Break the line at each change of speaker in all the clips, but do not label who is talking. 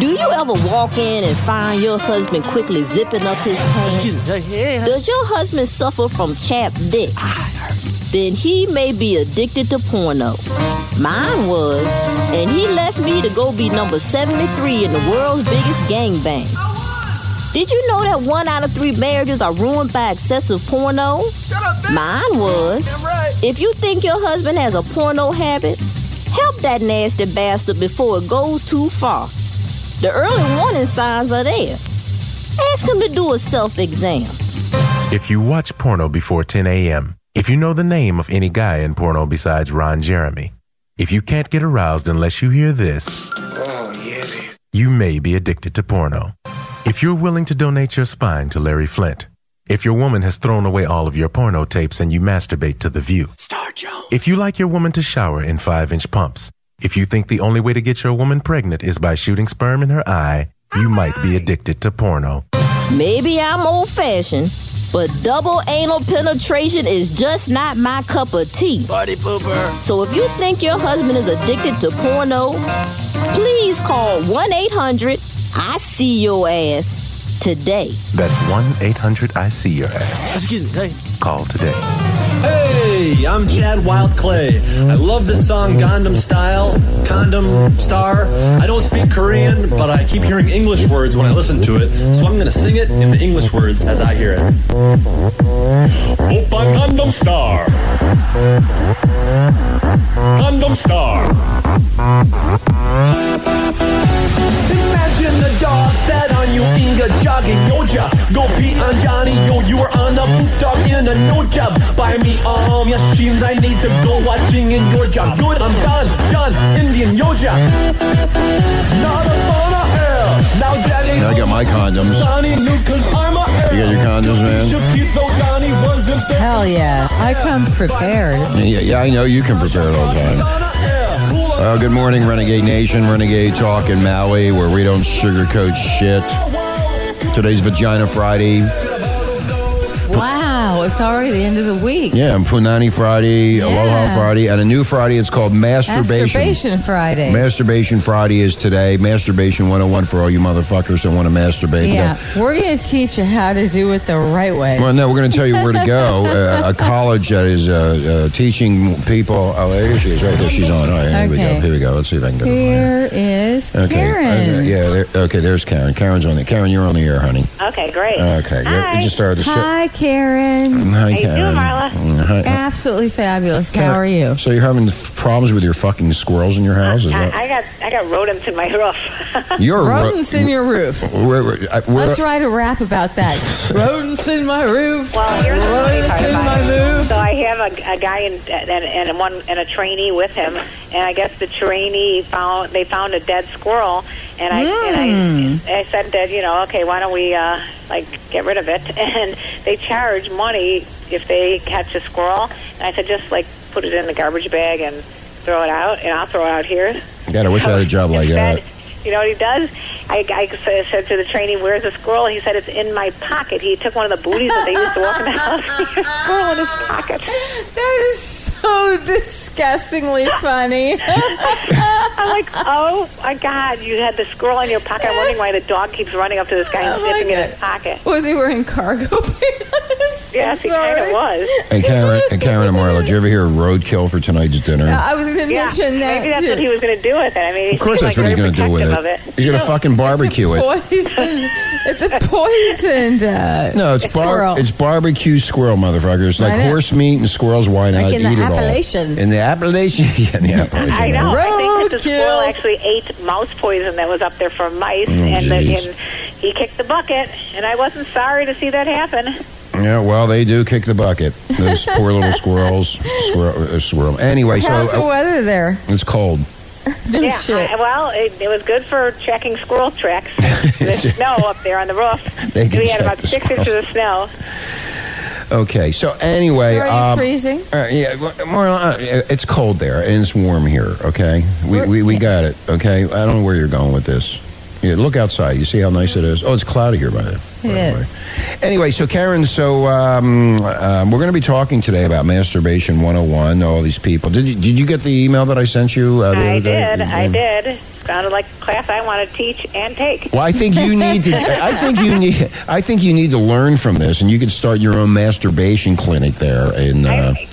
Do you ever walk in and find your husband quickly zipping up his pants?
Excuse me. Hey, hey,
Does your husband suffer from chapped dick? Then he may be addicted to porno. Mine was, and he left me to go be number 73 in the world's biggest gangbang. Did you know that one out of three marriages are ruined by excessive porno?
Shut up, bitch.
Mine was.
Damn right.
If you think your husband has a porno habit, help that nasty bastard before it goes too far. The early warning signs are there. Ask him to do a self exam.
If you watch porno before 10 a.m., if you know the name of any guy in porno besides Ron Jeremy, if you can't get aroused unless you hear this, you may be addicted to porno. If you're willing to donate your spine to Larry Flint, if your woman has thrown away all of your porno tapes and you masturbate to the view,
Star Jones.
if you like your woman to shower in five inch pumps, if you think the only way to get your woman pregnant is by shooting sperm in her eye, you might be addicted to porno.
Maybe I'm old fashioned, but double anal penetration is just not my cup of tea.
Party pooper.
So if you think your husband is addicted to porno, please call 1 800 I See Your Ass today.
That's 1 800 I See Your Ass.
Excuse me. Hey.
Call today.
Hey, I'm Chad Wild Clay. I love the song Gondom Style, Condom Star. I don't speak Korean, but I keep hearing English words when I listen to it, so I'm going to sing it in the English words as I hear it. Opa Gondom Star. Condom Star. Imagine the dog fed on you, Inga jogging Yoja. Go pee on Johnny, yo, you were on a boot dog in a no job. Buy me um, yes, seems I need to go watching in your job. Good, I'm done, John, Indian Yoja. Not a phone I have. Now Johnny,
I got my condoms.
Johnny knew cause I'm a
You got your condoms, man?
Should keep though Johnny wasn't there.
Hell yeah. I come prepared.
Yeah, yeah, I know you can prepare it all the time. Uh, good morning, Renegade Nation, Renegade Talk in Maui, where we don't sugarcoat shit. Today's Vagina Friday.
Wow, it's already the end of the week.
Yeah, and Punani Friday, Aloha
Yeah.
Friday, and a new Friday. It's called Masturbation.
Masturbation Friday.
Masturbation Friday is today. Masturbation 101 for all you motherfuckers that want to masturbate. uh,
yeah, we're going to teach you how to do it the right way.
Well, no, we're going to tell you where to go. uh, a college that is uh, uh, teaching people. Oh, there she is, right there. She's on. All right, here we go.
Okay.
Here we go. Let's see if I can get her. on.
Here is Karen.
okay, Oh, Yeah. There, okay. There's Karen. Karen's on the. Karen, you're on the air, honey.
Okay, great.
Okay.
Hi.
You just started the show.
Hi, Karen.
Hi,
you doing,
Karen.
Marla?
Mm, Hi.
Absolutely fabulous.
Karen,
How are you?
So you're having problems with your fucking squirrels in your house? Is
I,
that?
I got I got rodents in my roof.
You're a ro-
Rodents in your roof.
We're, we're, I- we're-
Let's write a rap about that. rodents in my roof.
well, here's the funny
rodents
part
in
about
my
it.
roof.
So I have a, a guy and, and and one and a trainee with him, and I guess the trainee found they found a dead squirrel, and I and
Hmm.
I, I said that you know okay why don't we uh, like get rid of it, and they charge money if they catch a squirrel, and I said just like put it in the garbage bag and throw it out, and I'll throw it out here.
God, I wish I had a job like
Instead,
that.
You know what he does? I, I s- said to the trainee, "Where's the squirrel?" He said, "It's in my pocket." He took one of the booties that they used to walk in the house. He had a squirrel in his pocket.
That is so disgustingly funny.
I'm like, "Oh my god, you had the squirrel in your pocket." I'm wondering why the dog keeps running up to this guy and
Oh, my
sniffing in
God.
his pocket.
Was he wearing cargo pants?
Yes, he
Sorry.
kind of was.
And Karen, and Karen and Marla, did you ever hear roadkill for tonight's dinner?
I was going to
Yeah,
mention that.
maybe that's
too.
what he was going to do with it. I mean,
of course,
he seemed
that's what he's
like going to
do with it.
Of it.
He's going to fucking barbecue it.
Poison. It's a poisoned. Uh,
No, it's, bar-
squirrel.
it's barbecue squirrel, motherfucker. It's like
Why not?
horse meat and squirrels. Why not
Like in the
eat it all?
Appalachians.
In the Appalachian, yeah, in the Appalachian.
I know. I think that the
Roadkill.
squirrel actually ate mouse poison that was up there from mice, and, the,
Oh, jeez.
and he kicked the bucket. And I wasn't sorry to see that happen.
Oh, Yeah, well, they do kick the bucket. Those poor little squirrels, squirrel, uh, squirrel. Anyway, so
how's the
uh,
weather there?
it's cold.
No
yeah.
shit.
I- well, it, it was good for checking squirrel tracks. the snow up there on the roof.
They can
we
check
had about
the
six
squirrel.
inches of snow.
Okay, so anyway,
Are you
um,
freezing?
uh, yeah, well, more, uh, it's cold there and it's warm here. Okay, we we, we got it. Okay, I don't know where you're going with this. Yeah, look outside. You see how nice it is. Oh, it's cloudy here by the
It is.
Anyway, so Karen, so um, um, we're going to be talking today about masturbation 101. All these people. Did you, did you get the email that I sent you? Uh, the
I
other day?
did. I did. Sounded like a class I want to teach and take.
Well, I think you need to. I think you need. I think you need to learn from this, and you could start your own masturbation clinic there in uh,
I-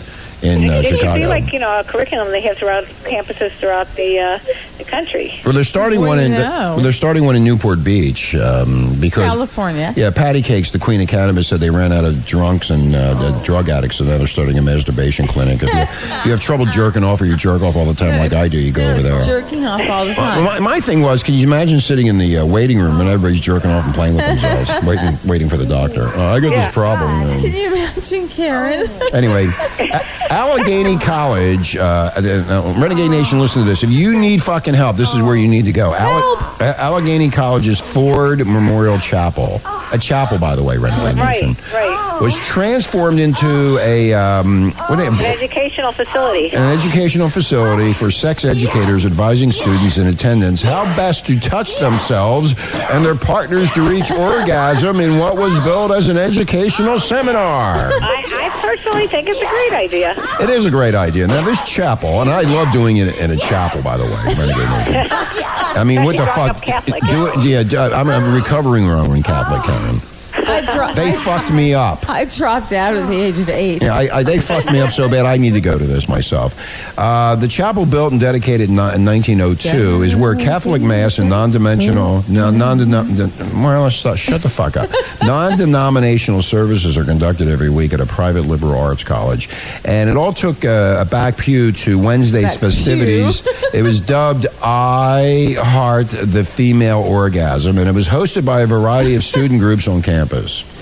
in uh,
it should
Chicago.
be like you know a curriculum they have throughout campuses throughout the uh, the country.
well, they're starting
Well,
one
you
in.
know.
Well, they're starting one in Newport Beach um, because.
California.
yeah, Patty Cakes, the queen of cannabis, said they ran out of drunks and uh, the drug addicts, so now they're starting a masturbation clinic. If you, if you have trouble jerking off or you jerk off all the time like I do, you go over
Just
there.
jerking off all the
Well,
time.
my, my thing was, can you imagine sitting in the uh, waiting room and everybody's jerking off and playing with themselves, waiting, waiting for the doctor? Uh, I got
Yeah.
this problem. um,
Can you imagine Karen?
Oh.
Anyway, A- Allegheny College, uh, uh, no, Renegade Nation, listen to this. If you need fucking help, this is where you need to go. Alle- A- Allegheny College's Ford Memorial Chapel, a chapel, by the way, Renegade Nation,
Oh. Right, Oh. right.
was transformed into a um, what do
An
you-
educational facility.
an educational facility for sex educators advising students in attendance how best to touch themselves and their partners to reach orgasm in what was billed as an educational seminar.
I, I personally think it's a great idea.
It is a great idea. Now this chapel, and I love doing it in a chapel, by the way. Renegade Nation. I mean, what the
Especially growing
fuck?
up Catholic.
Do it, yeah, do- I'm a recovering Roman Catholic, Karen.
I, dro-
They fucked me up.
I dropped out at the age of eight.
Yeah, I, I, they fucked me up so bad. I need to go to this myself. Uh, the chapel, built and dedicated in, ni- in 1902, is where Catholic mass and non-dimensional,
Mm-hmm.
no, non-denom, more or less, shut- shut the fuck up. Non-denominational services are conducted every week at a private liberal arts college, and it all took uh, a back pew to Wednesday's
Back pew.
festivities. it was dubbed "I Heart the Female Orgasm," and it was hosted by a variety of student groups on campus.
I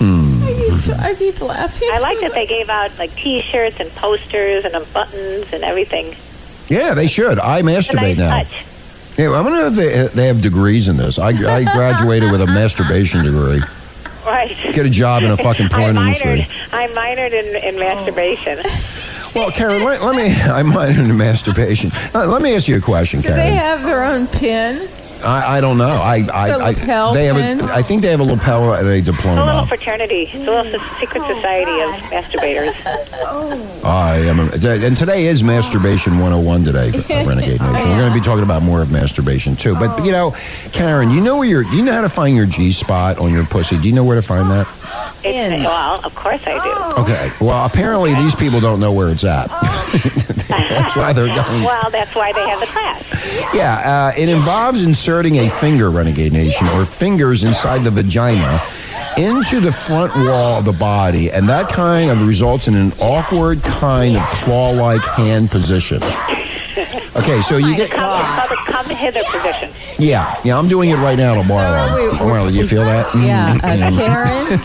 keep, I keep laughing.
I like that they gave out like T-shirts and posters and um, buttons and everything.
Yeah, they should. I
It's a
masturbate
nice
now.
touch.
Yeah, well, I wonder if they, they have degrees in this. I, I graduated with a masturbation degree.
Right.
Get a job in a fucking porn
I
industry.
minored. I minored in, in masturbation.
Well, Karen, let, let me. I might into masturbation. Uh, let me ask you a question,
Do they
Karen.
have their own pin?
I, I don't know. I, I,
The
I
lapel
they
pin?
have. A, I think they have a lapel and a
It's a little
diploma.
fraternity. It's a little secret society of masturbators.
I am. A, and today is masturbation 101 today, uh, Renegade Nation. We're going to be talking about more of masturbation too. But you know, Karen, you know where your, you know how to find your G spot on your pussy. Do you know where to find that?
It's,
In.
well, of course I do.
Okay. Well, apparently these people don't know where it's at. That's why they're going.
Well, that's why they have the class.
Yeah, uh, it involves inserting a finger, Renegade Nation, or fingers inside the vagina into the front wall of the body, and that kind of results in an awkward kind of claw-like hand position. Okay,
Oh
so you get
Come, it's called the come hither position.
Uh, yeah, yeah. I'm doing it right now tomorrow.
Sorry, we-
Tomorrow, you feel that? Mm,
Yeah, uh,
mm.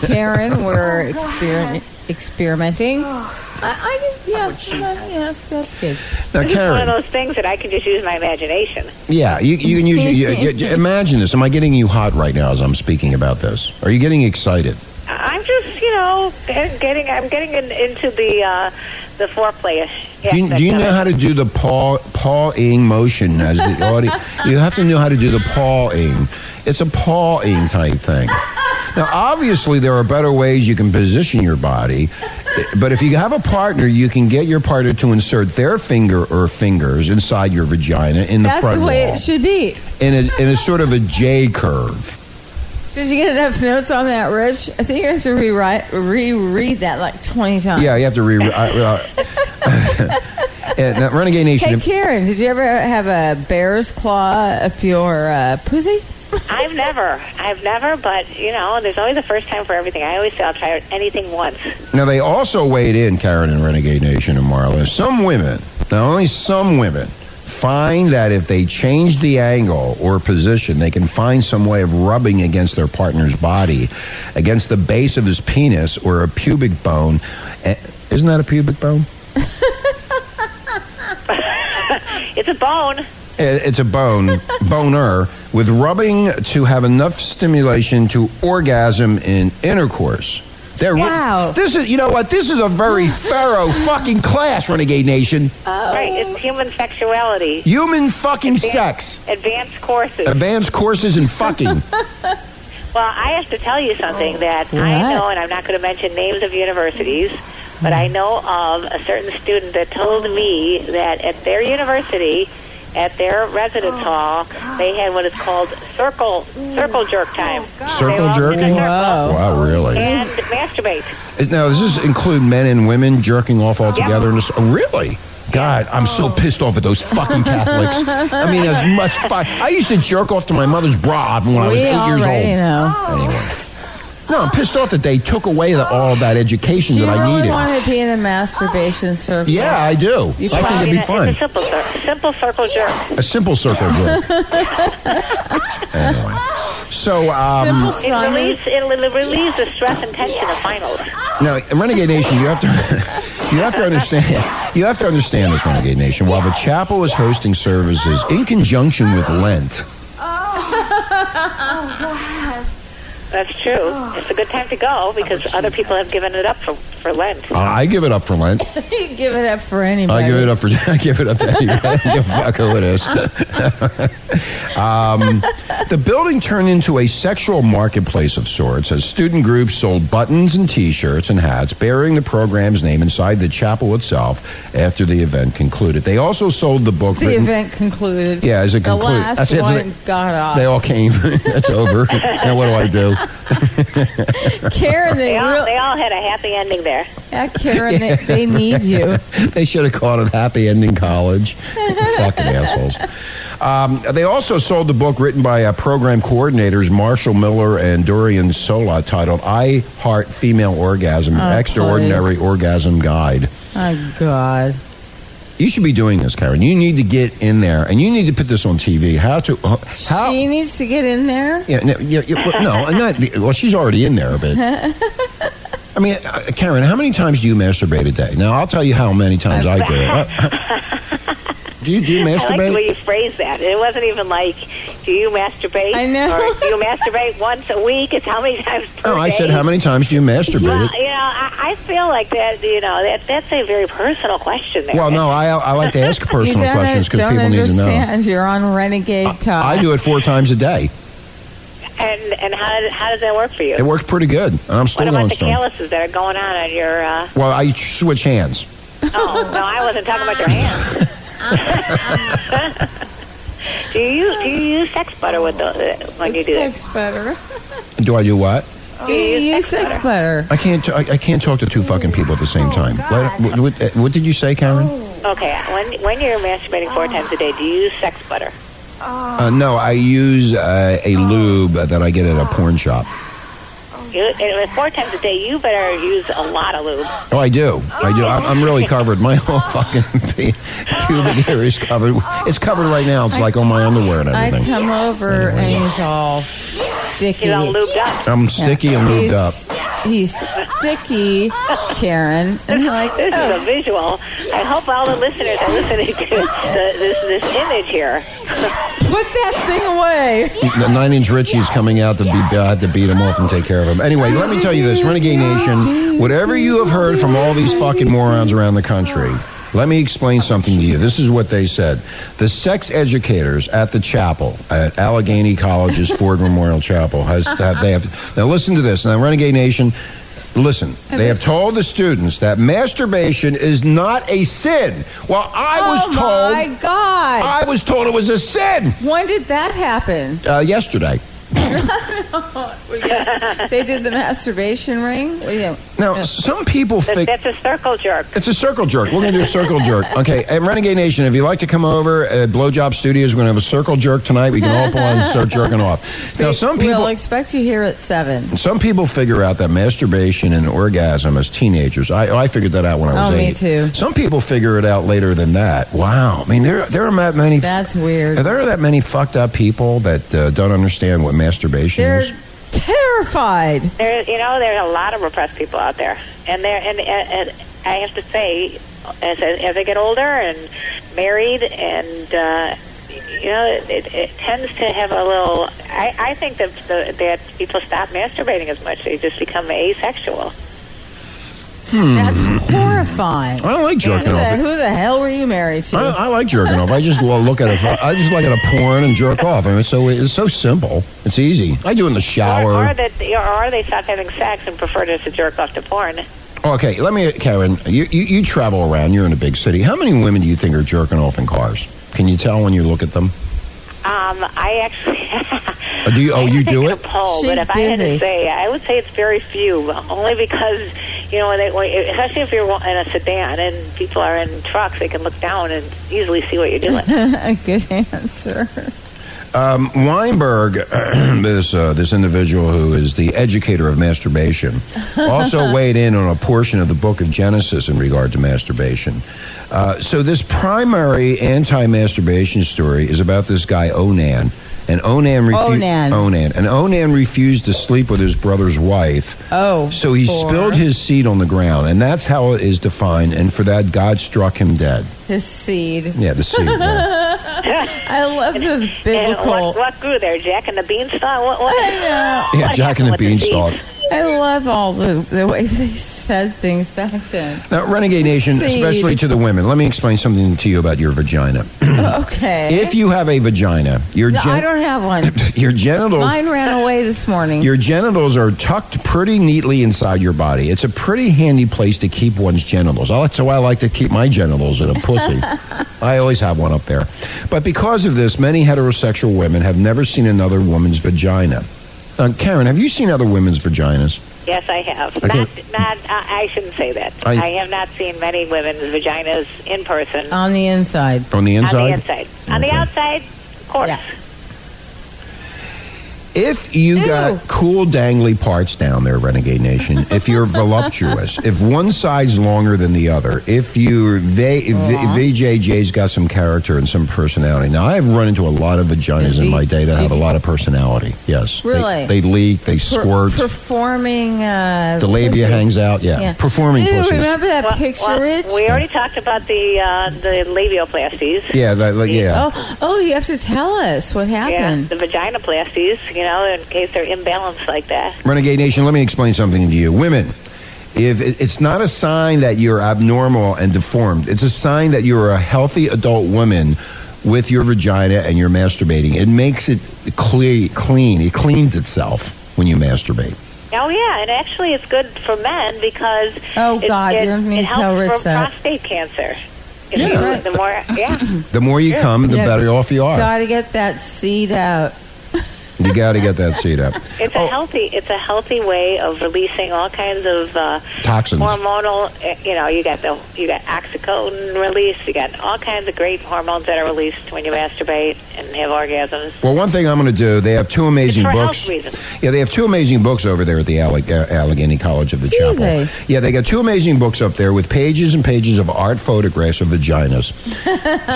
Karen, Karen, we're exper- experimenting. I,
Oh.
I just, yeah, yeah, yes, that's good.
Now,
This is one of
Karen.
those things that I can just use my imagination.
Yeah, you, you can use. You, you, you- imagine this. Am I getting you hot right now as I'm speaking about this? Are you getting excited?
I- I'm just, you know, get- getting. I'm getting in, into the uh, the foreplay.
Do you, do you know how to do the paw pawing motion as the audio? you have to know how to do the pawing. It's a pawing type thing. Now, obviously, there are better ways you can position your body, but if you have a partner, you can get your partner to insert their finger or fingers inside your vagina in the
That's
front
the way
wall
it should be.
in a in a sort of a J curve.
Did you get enough notes on that, Rich? I think you have to rewrite, reread that like 20 times.
Yeah, you have to re. I, uh, yeah, now, Renegade Nation.
Hey, Karen, did you ever have a bear's claw up your uh, pussy?
I've never, I've never, but you know, there's always a first time for everything. I always say I'll try anything once.
Now they also weighed in, Karen and Renegade Nation and Marla. Some women, now only some women, find that if they change the angle or position, they can find some way of rubbing against their partner's body, against the base of his penis or a pubic bone. Eh, Isn't that a pubic bone?
It's a bone.
Eh, It's a bone, boner, with rubbing to have enough stimulation to orgasm in intercourse. They're re-
Wow.
this is you know what? This is a very thorough fucking class, Renegade Nation.
Right, it's human sexuality.
Human fucking
Advanced-
sex.
Advanced courses.
Advanced courses in fucking.
Well, I have to tell you something that I
What?
know, and I'm not going to mention names of universities, but I know of a certain student that told me that at their university, at their residence hall, they had what is called circle circle jerk time. They
Circle
walked in a
jerking?
circle
Wow, really?
And masturbate.
Now, does this include men and women jerking off altogether? in this? Oh, really? God, I'm so pissed off at those fucking Catholics. I mean, as much fuck. I used to jerk off to my mother's bra when I was
we
eight years
already
old. Oh.
know.
No, I'm pissed off that they took away the, all that education
Do you
that I Oh.
really
needed.
want to be in a masturbation circle?
yeah, I do. I
You
think
Well,
it'd be
it's a
fun.
simple, cir- simple circle jerk.
A simple circle jerk. anyway. So, um,
Simple
It
Simon.
relieves, it li- relieves the stress and tension of finals.
Now, Renegade Nation, you have to you have to understand you have to understand this, Renegade Nation. While the chapel is hosting services in conjunction with Lent,
That's true. It's a good time to go because other people have given it up for, for Lent.
I give it up for Lent.
You give it up for anybody.
I give it up for I give it up to anybody. I don't give a fuck who it is. um, the building turned into a sexual marketplace of sorts as student groups sold buttons and T-shirts and hats bearing the program's name inside the chapel itself. After the event concluded, they also sold the book.
The
written-
event concluded.
Yeah, as it
The
concluded.
last
That's it, isn't
one got off.
They all came. That's over. now what do I do?
Karen, they,
They all,
really,
they all had a happy ending there.
yeah, Karen, they, they need you.
They should have called it Happy Ending College. Fucking assholes. Um, they also sold the book written by uh, program coordinators Marshall Miller and Dorian Sola titled I Heart Female Orgasm,
Oh,
Extraordinary Orgasm Guide.
Oh God.
You should be doing this, Karen. You need to get in there and you need to put this on TV. How to. uh, how,
She needs to get in there.
Yeah, no, yeah, yeah, well, no, I'm not. Well, she's already in there, but I mean, uh, Karen, how many times do you masturbate a day? Now, I'll tell you how many times I do. Uh, do you do you
I like the way
masturbate?
you phrased that. It wasn't even like, do you masturbate?
I know.
Or do you masturbate once a week? It's how many times per
No, Oh, I
day?
said how many times do you
Well,
masturbate?
you know, I, I feel like that. You know, that that's a very personal question. There.
Well, no, I I like to ask personal
you don't,
questions because
don't
people need to know.
understand. You're on renegade talk.
I do it four times a day.
And and how does, how does that work for you?
It worked pretty good, and I'm
what
still
about
going
the
strong.
calluses that are going on on your? Uh,
Well, I switch hands.
oh no, I wasn't talking about your hands. do you do you use sex butter with the, when you
It's
do it?
sex butter.
Do I do what?
Do you use sex butter?
I can't. I, I can't talk to two fucking people at the
Oh,
same time. What, what, what- what did you say, Karen?
Okay, when when you're masturbating four times a day, do you use sex butter?
Uh, no, I use uh, a lube that I get at a porn shop.
You, and with four times a day, you better use a lot of lube.
Oh, I do. I do. I'm, I'm really covered. My whole fucking pe- pubic area is covered. It's covered right now. It's like on my underwear and
I
everything.
come over and he's all sticky.
Get all lubed up.
I'm sticky and lubed
he's,
up.
He's sticky, Karen, and you're like,
This
oh,
is a visual. I hope all the listeners are listening to the, this this image here.
put that thing away.
The Nine Inch Richie is coming out to be. I have to beat him off and take care of him. Anyway, let me tell you this, Renegade Nation. Whatever you have heard from all these fucking morons around the country. Let me explain something to you. This is what they said. The sex educators at the chapel at Allegheny College's Ford Memorial Chapel has have, they have now listen to this. Now Renegade Nation, listen. They have told the students that masturbation is not a sin. Well, I was
oh
told
my God.
I was told it was a sin
When did that happen?
uh, yesterday.
They did the masturbation ring? Well, yeah.
Now, s- some people
That,
think
that's a circle jerk.
it's a circle jerk. We're going to do a circle jerk. Okay, and Renegade Nation, if you'd like to come over, uh, Blowjob Studios, we're going to have a circle jerk tonight. We can all pull out and start jerking off. Now, some people.
We'll expect you here at 7.
some people figure out that masturbation and orgasm as teenagers. I, I figured that out when I was
Oh, me
eight.
too.
Some people figure it out later than that. Wow. I mean, there there are that many
That's weird.
there are that many fucked up people that uh, don't understand what masturbation
They're
is.
terrified.
There, you know, there are a lot of repressed people out there, and there, and, and, and I have to say, as I- as I get older and married, and uh, you know, it, it, it tends to have a little. I, I think that the, that people stop masturbating as much; they just become asexual.
Hmm.
That's horrifying.
I don't like
Who
jerking
the,
off.
who the hell were you married to?
I, I like jerking off. I just lo- look at it. I just look at a porn and jerk off. I mean, it's so it's so simple. It's easy. I do it in the shower.
Or, or that, or, or they stop having sex and prefer just to jerk off to porn. Um,
Okay, let me, Karen. You, you you travel around. You're in a big city. How many women do you think are jerking off in cars? Can you tell when you look at them?
Um, I actually.
Or do you? Oh,
I
you
haven't
do
taken
it.
A poll,
She's
but if I had
busy.
to say, I would say it's very few, only because you know, when they, when, especially if you're in a sedan and people are in trucks, they can look down and easily see what you're doing.
Good answer.
Um, Weinberg, this uh, this individual who is the educator of masturbation, also weighed in on a portion of the Book of Genesis in regard to masturbation. Uh, so this primary anti-masturbation story is about this guy Onan, and Onan refu-
Onan.
Onan, and Onan refused to sleep with his brother's wife,
Oh.
so he
for
spilled his seed on the ground, and that's how it is defined. And for that, God struck him dead.
his seed.
Yeah, the seed. yeah.
I love this
and what,
biblical.
what grew there, Jack and the Beanstalk? What? what
I know.
yeah,
what
Jack and the
happened with
Beanstalk.
I love all the, the way they said things back then.
Now, Renegade Nation,
Seed.
especially to the women, let me explain something to you about your vagina.
Okay.
Hmm. If you have a vagina, your
no,
gen-
I don't have one.
your genitals
Mine ran away this morning.
your genitals are tucked pretty neatly inside your body. It's a pretty handy place to keep one's genitals. Oh, That's why I like to keep my genitals in a pussy. I always have one up there. But because of this, many heterosexual women have never seen another woman's vagina. Now, Karen, have you seen other women's vaginas?
Yes, I have.
Okay.
Not, not. I I shouldn't say that.
I-
I, have not seen many women's vaginas in person
on the inside.
On the inside?
on the inside. On the
Okay.
outside, of course.
Yeah.
If you
Ew.
got cool dangly parts down there, Renegade Nation, if you're voluptuous, if one side's longer than the other, if you they v, VJJ's got some character and some personality. Now I have run into a lot of vaginas in my day that have a lot of personality. Yes, They-
Really?
They, leak, they
Per-
squirt,
performing. Uh,
the labia
pussies.
hangs out. Yeah,
Yeah.
performing
Ew,
pussies.
remember that
Well,
picture,
well,
Rich?
We already talked about the uh, the labioplasties.
Yeah, that, like, yeah.
Oh, oh, you have to tell us what
Yeah,
happened.
the vaginoplasties, you know, in case they're imbalanced like that.
Renegade Nation, let me explain something to you. Women, if it- it's not a sign that you're abnormal and deformed, it's a sign that you're a healthy adult woman with your vagina and you're masturbating. It makes it clear, clean. It cleans itself when you masturbate.
Oh, yeah, and actually it's good for men because
Oh,
it,
God,
it,
you don't need to
it
tell
helps
Rich
for
that.
prostate cancer. If
Yeah.
you do it,
Right.
the more, yeah.
The more you
Yeah.
come, the
Yeah.
better off you are.
Got to get that seed out.
You got to get that seed up.
It's a
Oh.
healthy, it's a healthy way of releasing all kinds of uh,
Toxins.
hormonal. eh, You know, you got the you got oxycodone release. You got all kinds of great hormones that are released when you masturbate and have orgasms.
Well, one thing I'm going to do, they have two amazing
it's for
books.
health reasons.
Yeah, they have two amazing books over there at the Alle- uh, Allegheny College of the
Do
Chapel.
they?
Yeah, they got two amazing books up there with pages and pages of art photographs of vaginas.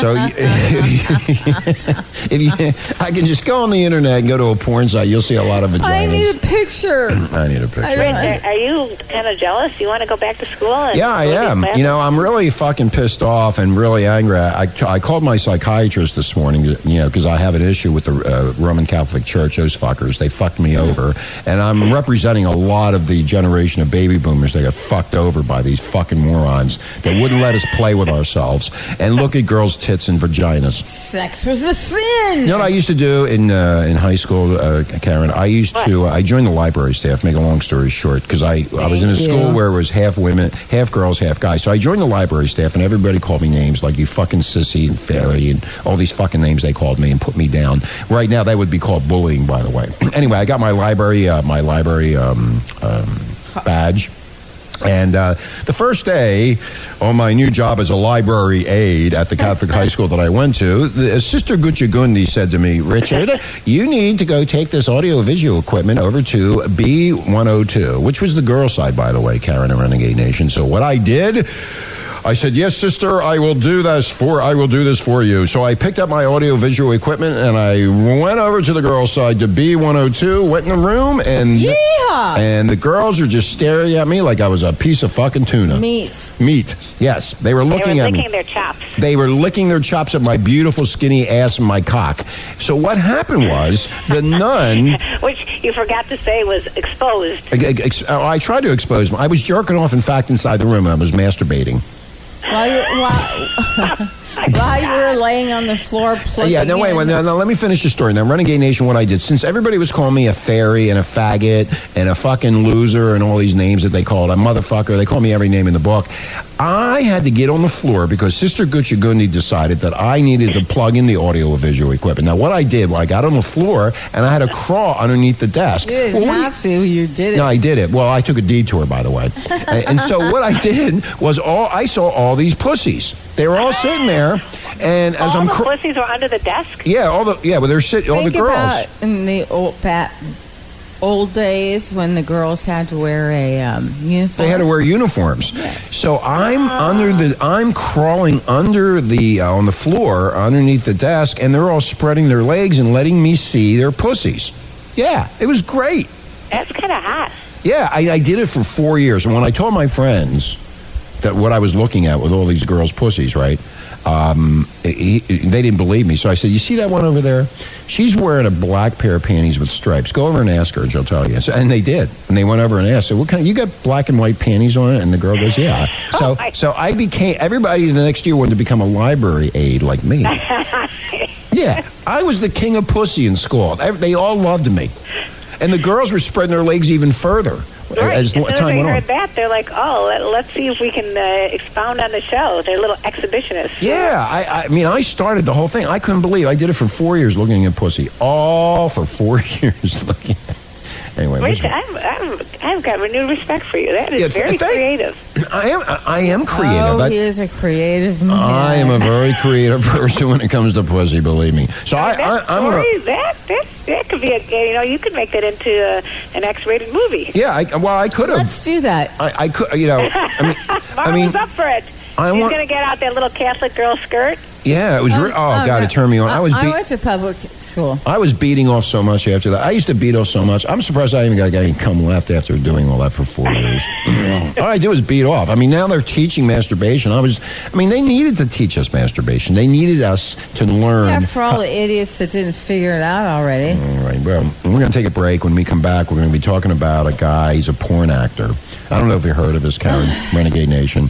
so you- if, you, if you, I can just go on the internet and go to a porn site, you'll see a lot of vaginas.
I need a picture.
I need a picture.
I
Rich, are, are you kind of jealous? You want to go back to school? And
Yeah, I
go to these
am.
classes?
You know, I'm really fucking pissed off and really angry. I, I called my psychiatrist this morning, you know, because I have an issue with the uh, Roman Catholic Church. Those fuckers, they fucked me over. And I'm representing a lot of the generation of baby boomers that got fucked over by these fucking morons that wouldn't let us play with ourselves and look at girls' tits and vaginas.
Sex was a sin.
You know what I used to do in uh, in high school, uh, Karen? I used to. uh, I joined the library staff. Make a long story short, because I I was in a
Thank
school
you.
where it was half women, half girls, half guys. So I joined the library staff, and everybody called me names like you fucking sissy and fairy and all these fucking names they called me and put me down. Right now, that would be called bullying, by the way. anyway, I got my library uh, my library um, um, badge. And uh, the first day on my new job as a library aide at the Catholic high school that I went to, the, uh, Sister Gucciagundi said to me, Richard, you need to go take this audiovisual equipment over to B102, which was the girl side, by the way, Karen and Renegade Nation. So what I did. I said, "Yes, sister, I will do this for I will do this for you." So I picked up my audio visual equipment and I went over to the girls' side to B102. Went in the room and
Yeehaw!
and the girls are just staring at me like I was a piece of fucking tuna
Meat.
meat. Yes, they were
They
looking
were
at
licking
me.
their chops.
They were licking their chops at my beautiful skinny ass and my cock. So what happened was the nun.
Which you forgot to say was exposed.
I- I ex- I tried to expose them. I was jerking off, in fact, inside the room. and I was masturbating.
While you while, while you were laying on the floor.
yeah, no, wait, wait, no, no, let me finish the story. Now, Renegade Nation, what I did, since everybody was calling me a fairy and a faggot and a fucking loser and all these names that they called, a motherfucker, they call me every name in the book. I had to get on the floor because Sister Gucci Gundi decided that I needed to plug in the audiovisual equipment. Now, what I did, well, I got on the floor and I had to crawl underneath the desk.
You didn't
Well, what do you-
have to. You did it.
no, I did it. Well, I took a detour, by the way. and, and so what I did was all I saw all these pussies. They were all sitting there, and as
All
I'm
the
cr-
pussies were under the desk.
yeah, all the yeah, well they're sitting all the
Think
girls.
about in the old bat, old days when the girls had to wear a um, uniform.
They had to wear uniforms.
Yes.
So I'm under the I'm crawling under the uh, on the floor underneath the desk, and they're all spreading their legs and letting me see their pussies. Yeah, it was great.
That's kind of hot.
Yeah, I, I did it for four years. And when I told my friends that what I was looking at with all these girls' pussies, right? Um, he, he- they didn't believe me. So I said, You see that one over there? She's wearing a black pair of panties with stripes. Go over and ask her, and she'll tell you. So, and they did. And they went over and asked, her, What kind you got black and white panties on it? And the girl goes, Yeah.
Oh
So, so I became, everybody the next year wanted to become a library aide like me. yeah. I was the king of pussy in school. Ev- They all loved me. And the girls were spreading their legs even further
Right.
as
as soon as
time
they
went
heard
on.
that, they're like, "Oh, let, let's see if we can uh, expound on the show." They're little exhibitionists.
Yeah, I, I mean, I started the whole thing. I couldn't believe I did it for four years looking at pussy. All for four years looking. At, anyway, it was-
Rich, I'm, I'm, I've got renewed respect for you. That is
Yeah, th-
very
thank-
creative.
I am. I am creative.
Oh,
I,
he is a creative man.
I am a very creative person when it comes to pussy. Believe me. So I, I,
that
I'm gonna.
story, that, that, that could be a, you know, you could make that into a, an X-rated movie.
Yeah. I, well, I could have.
Let's do that.
I, I could. You know. I mean.
Mark
I mean.
was up for it.
I
He's
want-
going to get out that little Catholic girl skirt.
Yeah. It was. re- oh God,
no. Uh,
it turned me on. I was.
I
beat-
went to public school.
I was beating off so much after that. I used to beat off so much. I'm surprised I even got any cum left after doing all that for four years. all I do is beat off. I mean, now they're teaching masturbation. I was, I mean, they needed to teach us masturbation. They needed us to learn.
Yeah, for all the idiots that didn't figure it out already.
All right. Well, we're going to take a break. When we come back, we're going to be talking about a guy. He's a porn actor. I don't know if you heard of this, Karen, Renegade Nation.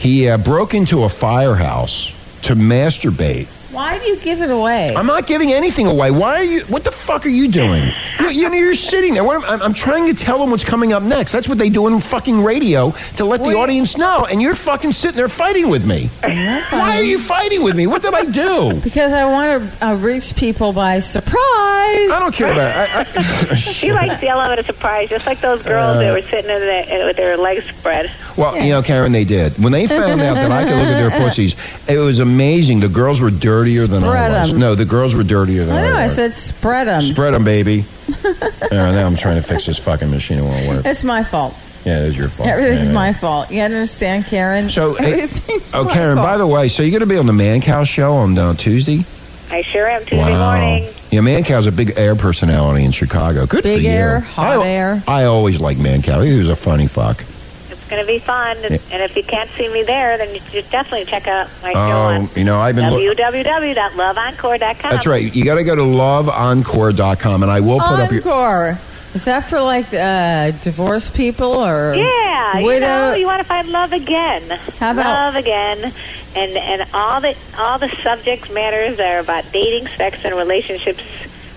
He uh, broke into a firehouse to masturbate.
Why do you give it away?
I'm not giving anything away. Why are you? What the fuck are you doing? You're, you're, you're sitting there. What am- I'm, I'm trying to tell them what's coming up next. That's what they do in fucking radio to let
Wait.
the audience know. And you're fucking sitting there fighting with me. Why are you fighting with me? What did I do?
Because I want to uh, reach people by surprise.
I don't care about. It. I, I,
She likes the element of surprise, just like those girls
Uh,
that were sitting in the, uh, with their legs spread.
Well, you know, Karen, they did. When they found out that I could look at their pussies, it was amazing. The girls were dirtier than
Spread
I was.
'em.
No, the girls were dirtier than
I
I,
know. I
was.
said um, spread them.
Spread them, baby. Uh, now I'm trying to fix this fucking machine. It won't work.
it's my fault.
Yeah, it is your fault.
Everything's
Oh, Yeah, yeah.
my fault. You understand, Karen?
So, hey-
Everything's
Oh,
my
Karen,
fault.
by the way, so you're going to be on the Man Cow show on uh, Tuesday?
I sure am Tuesday morning.
Yeah, Man Cow's a big air personality in Chicago. Good for
Big
you.
air, hot
I,
air.
I always like Man Cow. He was a funny fuck.
It's going to be fun. And, and if you can't see me there, then you should definitely check out my show on
Um, you know, Oh, I've been looking.
www.loveencore.com.
That's right. You got to go to loveencore.com, and I will put up your.
Encore. Is that for like uh, divorced people or
Yeah,
widow?
you know, you want to find love again.
How about-
love again, and and all the all the subject matters are about dating, sex, and relationships.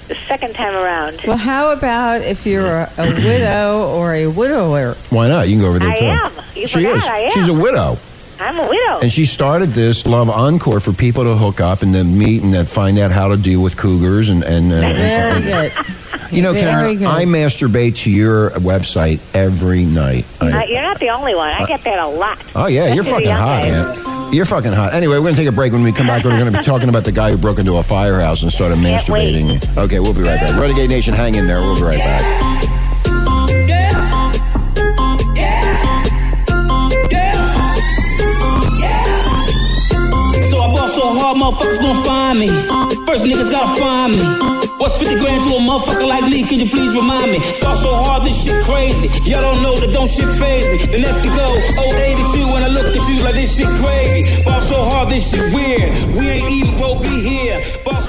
The second time around,
well, how about if you're a, a widow or a widower?
Why not? You can go over there
I
too.
am. You
she
forgot
is.
I am.
She's a widow,
I'm a widow.
and she started this Love Encore for people to hook up and then meet and then find out how to deal with cougars and and. Uh,
Very
and-
good.
You know,
Very
Karen,
good.
I masturbate to your website every night. I-
Uh, you're not the only one. I get that a lot.
Oh yeah, you're
Especially
fucking
young
hot,
guys.
man. You're fucking hot. Anyway, we're gonna take a break. When we come back, we're gonna be talking about the guy who broke into a firehouse and started
Can't wait.
masturbating. Okay, we'll be right back. Renegade Nation, hang in there. We'll be right back.
Yeah. Yeah. Yeah.
find me? First niggas gotta find me. What's 50 grand to a motherfucker like me? Can you please remind me? Thought so hard, this shit crazy. Y'all don't know that don't shit phase me. The next to go, old 82, when I look at you like this shit crazy. Ball so hard, this shit weird. We ain't even broke, be here. Ball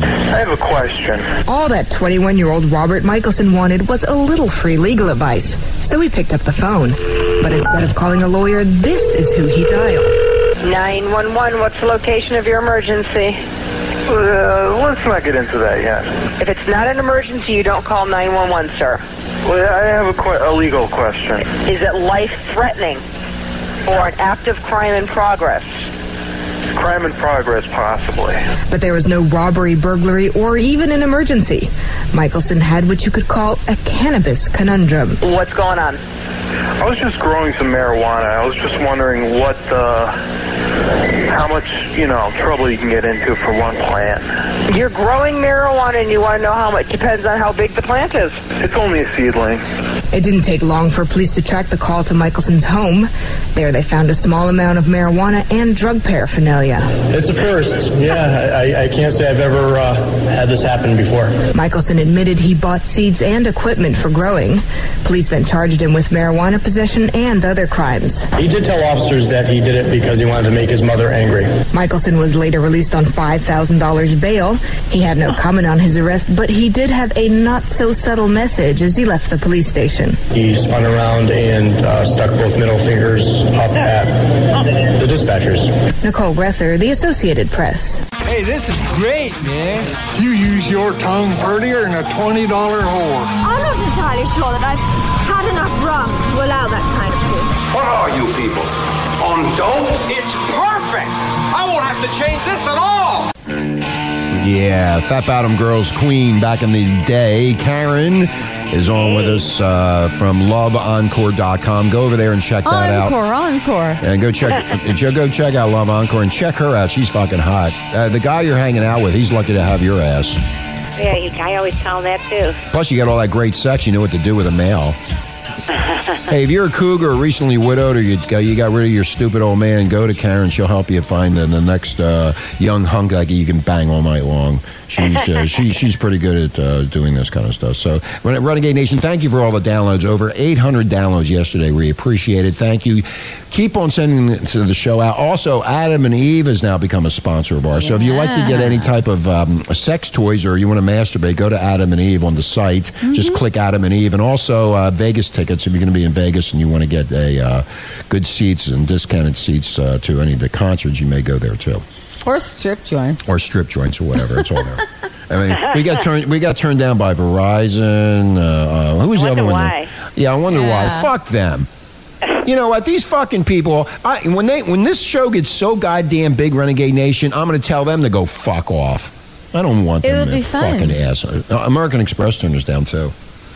I have a question.
All that 21 year old Robert Michelson wanted was a little free legal advice, so he picked up the phone. But instead of calling a lawyer, this is who he dialed.
911, what's the location of your emergency?
Uh, let's not get into that yet.
If it's not an emergency, you don't call 911, sir.
Well, I have a, que- a legal question.
Is it life threatening or an act of crime in progress?
Crime in progress, possibly.
But there was no robbery, burglary, or even an emergency. Michelson had what you could call a cannabis conundrum.
What's going on?
I was just growing some marijuana. I was just wondering what, uh, how much, you know, trouble you can get into for one plant.
You're growing marijuana and you want to know how much. Depends on how big the plant is.
It's only a seedling.
It didn't take long for police to track the call to Michelson's home. There they found a small amount of marijuana and drug paraphernalia.
It's a first. Yeah, I, I can't say I've ever uh, had this happen before.
Michelson admitted he bought seeds and equipment for growing. Police then charged him with marijuana possession and other crimes.
He did tell officers that he did it because he wanted to make his mother angry.
Michelson was later released on $5,000 bail. He had no comment on his arrest, but he did have a not so subtle message as he left the police station.
He spun around and uh, stuck both middle fingers up at the dispatchers.
Nicole Grether, The Associated Press.
Hey, this is great, man. You use your tongue prettier than a twenty dollar whore.
I'm not entirely sure that I've had enough rum to allow that kind of thing.
What are you people? On dope? It's perfect! I won't have to change this at all!
Yeah, Fat Bottom Girls Queen back in the day. Karen is on with us uh, from loveencore.com. Go over there and check that
Encore,
out.
encore.
And go check, Joe, go check out Love Encore and check her out. She's fucking hot. Uh, the guy you're hanging out with, he's lucky to have your ass.
Yeah, you, I always tell them that too.
Plus, you got all that great sex. You know what to do with a male. hey, if you're a cougar, recently widowed, or you got, you got rid of your stupid old man, go to Karen. She'll help you find the, the next uh, young hunk like you can bang all night long. She's uh, she, she's pretty good at uh, doing this kind of stuff. So, Ren- Renegade Nation, thank you for all the downloads. Over 800 downloads yesterday. We appreciate it. Thank you. Keep on sending it to the show out. Also, Adam and Eve has now become a sponsor of ours. So, if you like to get any type of um, sex toys or you want to masturbate, go to Adam and Eve on the site. Just click Adam and Eve, and also uh, Vegas tickets if you're going to be in Vegas and you want to get a uh, good seats and discounted seats uh, to any of the concerts. You may go there too
Or strip joints.
or strip joints or whatever. It's all there. I mean, we got turned we got turned down by Verizon. Uh, uh, who was the
I
other
wonder
one?
why.
Yeah, I wonder
Yeah.
why. Fuck them. You know what? These fucking people. I, when they when this show gets so goddamn big, Renegade Nation, I'm going to tell them to go fuck off. I don't want them.
It'll
to
be fun.
fucking ass. Uh, American Express turned us down too.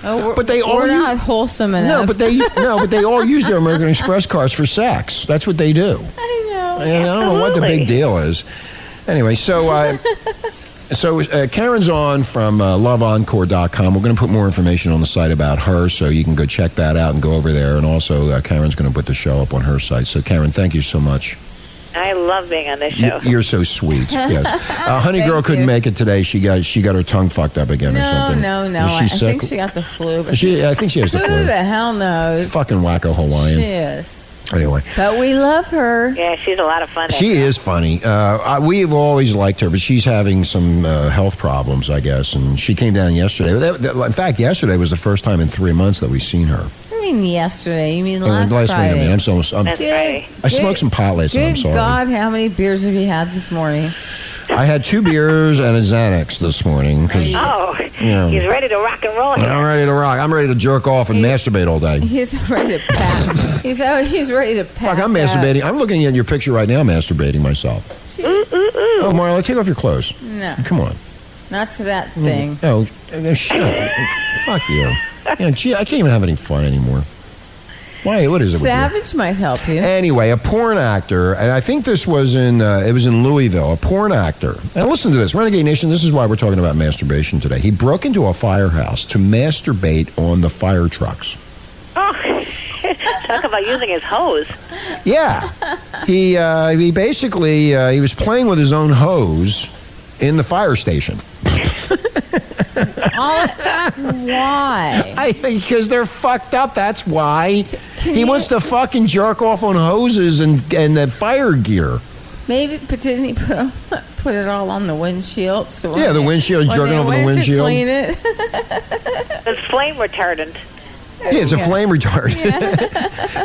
Oh, we're,
But they all
we're
use-
not wholesome enough.
No, but they no, but they all use their American Express cards for sex. That's what they do.
I know.
And I don't know what the big
Absolutely.
deal is. Anyway, so uh, so uh, Karen's on from uh, loveencore.com. We're going to put more information on the site about her, so you can go check that out and go over there. And also, uh, Karen's going to put the show up on her site. So, Karen, thank you so much.
I love being on this
You-
show.
You're so sweet. Yes, uh, Honey
Thank
Girl couldn't
you.
make it today. She got she got her tongue fucked up again or
No,
something.
no, no.
Is
I,
she
I
sick?
think she got the flu. But
She- I think she has the
who
flu.
the hell knows?
Fucking wacko
She
Hawaiian.
is.
Anyway.
But we love her.
Yeah, she's a lot of fun. that
She
girl.
is funny. Uh, I, we've always liked her, but she's having some uh, health problems, I guess. And she came down yesterday. That- that- in fact, yesterday was the first time in three months that we've seen her.
I mean, yesterday. You mean
Uh,
last,
last night, I
Friday?
mean, I'm so, I'm,
That's
Good-
Friday.
I smoked
good-
some pot last night. I'm
Good
sorry.
God, how many beers have you had this morning?
I had two beers and a Xanax this morning because
Oh,
Yeah.
he's ready to rock and roll.
I'm ready to rock. I'm ready to jerk off and
Yeah.
masturbate all day.
He's ready to pass. he's oh, he's ready to pass.
Fuck, I'm
out.
masturbating. I'm looking at your picture right now, masturbating myself.
Gee,
Oh, Marla, take off your clothes.
mm, No,
Come on.
not to that thing.
Oh, uh, shit. Fuck you. Yeah, gee, I can't even have any fun anymore. Why? What is it? with you? Eh.
Savage might help you.
Anyway, a porn actor, and I think this was in uh, it was in Louisville. A porn actor, and listen to this, Renegade Nation. This is why we're talking about masturbation today. He broke into a firehouse to masturbate on the fire trucks.
Oh, talk about using his hose.
Yeah, he uh, he basically uh, he was playing with his own hose in the fire station.
why?
I because they're fucked up. That's why he wants to fucking jerk off on hoses and and the fire gear.
Maybe, but didn't he put, put it all on the windshield? So
Yeah, the
when-
windshield,
when
jerking
they
over the
went to
windshield.
clean it.
It's flame retardant.
Yeah, it's a flame retardant.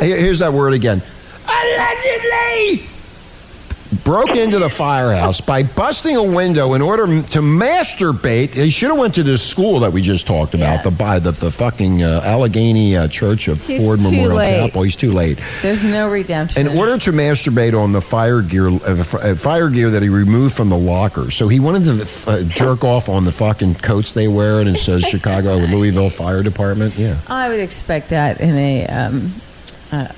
Here- Here's that word again.
Allegedly.
broke into the firehouse by busting a window in order m- to masturbate. They should have went to this school that we just talked about, the by the, the fucking uh, Allegheny uh, Church of
He's
Ford
too
Memorial
late.
Chapel. He's too late.
There's no redemption.
In order to masturbate on the fire gear, uh, the fi- uh, fire gear that he removed from the locker, so he wanted to f- uh, jerk off on the fucking coats they wear, and it says Chicago Louisville Fire Department. Yeah,
I would expect that in a. Um, uh,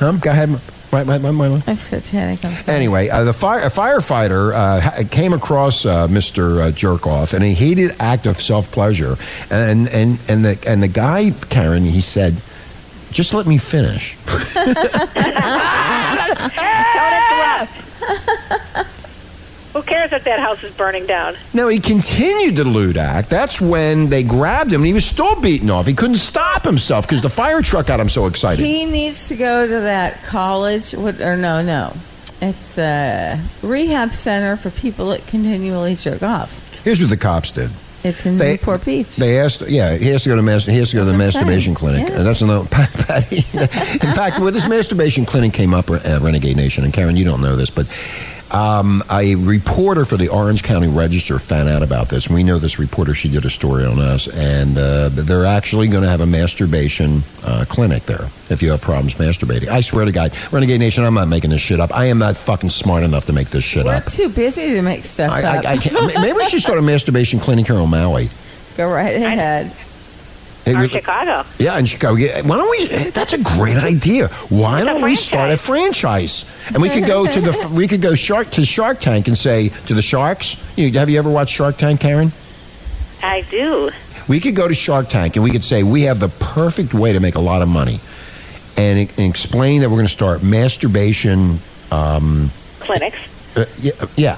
um, go ahead. My, my, my, my.
I'm satanic. I'm sorry.
Anyway, uh, the fire, a firefighter uh, ha- came across uh, Mr. Uh, Jerkoff in a hated act of self pleasure, and and and the and the guy Karen, he said, "Just let me finish."
Who cares if that house is burning down?
Now he continued the lewd act. That's when they grabbed him, and he was still beaten off. He couldn't stop himself because the fire truck got him so excited.
He needs to go to that college. What? Or no, no. It's a rehab center for people that continually jerk off.
Here's what the cops did.
It's in
They-
Newport Beach.
They asked, yeah, he has to go to mas- he has to go to the
That's what I'm
masturbation
saying.
clinic.
Yeah.
Uh, That's another Pat- Patty. In fact, when this masturbation clinic came up, uh, Renegade Nation, and Karen, you don't know this, but um, a reporter for the Orange County Register found out about this. We know this reporter; she did a story on us, and uh, they're actually going to have a masturbation uh, clinic there. If you have problems masturbating, I swear to God, Renegade Nation, I'm not making this shit up. I am not fucking smart enough to make this shit
We're
up.
too busy to make stuff
I,
up.
I, I can't, maybe we should start a masturbation clinic here on Maui.
Go right ahead.
Hey, we-
Chicago.
Yeah, in Chicago. Yeah, Why don't we? hey, That's a great idea. Why don't we start a franchise? And we could go to the we could go shark to Shark Tank and say to the sharks. You, have you ever watched Shark Tank, Karen?
I do.
We could go to Shark Tank and we could say we have the perfect way to make a lot of money, and, e- and explain that we're going to start masturbation. Um,
Clinics.
uh, yeah, yeah,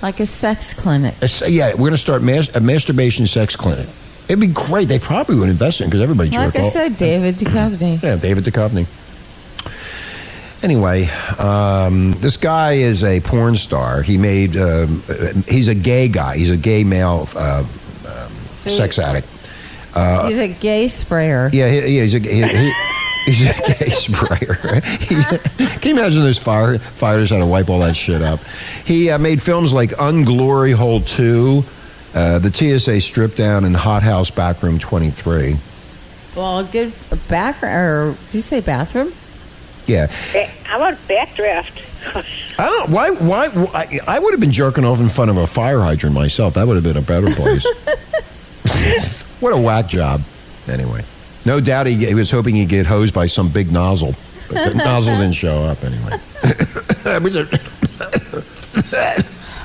Like a sex clinic.
it's- yeah. We're going to start mas- a masturbation sex clinic. It'd be great. They probably would invest in because everybody.
Like
jerk
I
off.
said, David Duchovny.
Yeah, David Duchovny. Anyway, um, this guy is a porn star. He made. Um, uh, he's a gay guy. He's a gay male uh, um, sex addict. Uh,
He's a gay sprayer.
yeah, he, yeah, he's a he, he, he's a gay sprayer. He's- can you imagine those fire fighters how to wipe all that shit up? He uh, made films like Unglory Hole Two, uh, the TSA Strip Down, and Hot House Backroom Twenty Three.
Well, good background. Or did you say bathroom?
Yeah,
Ba- How about backdraft?
I don't. Why? Why? why I would have been jerking off in front of a fire hydrant myself. That would have been a better place. what a whack job. Anyway, no doubt he, he was hoping he'd get hosed by some big nozzle, but the nozzle didn't show up anyway. We just-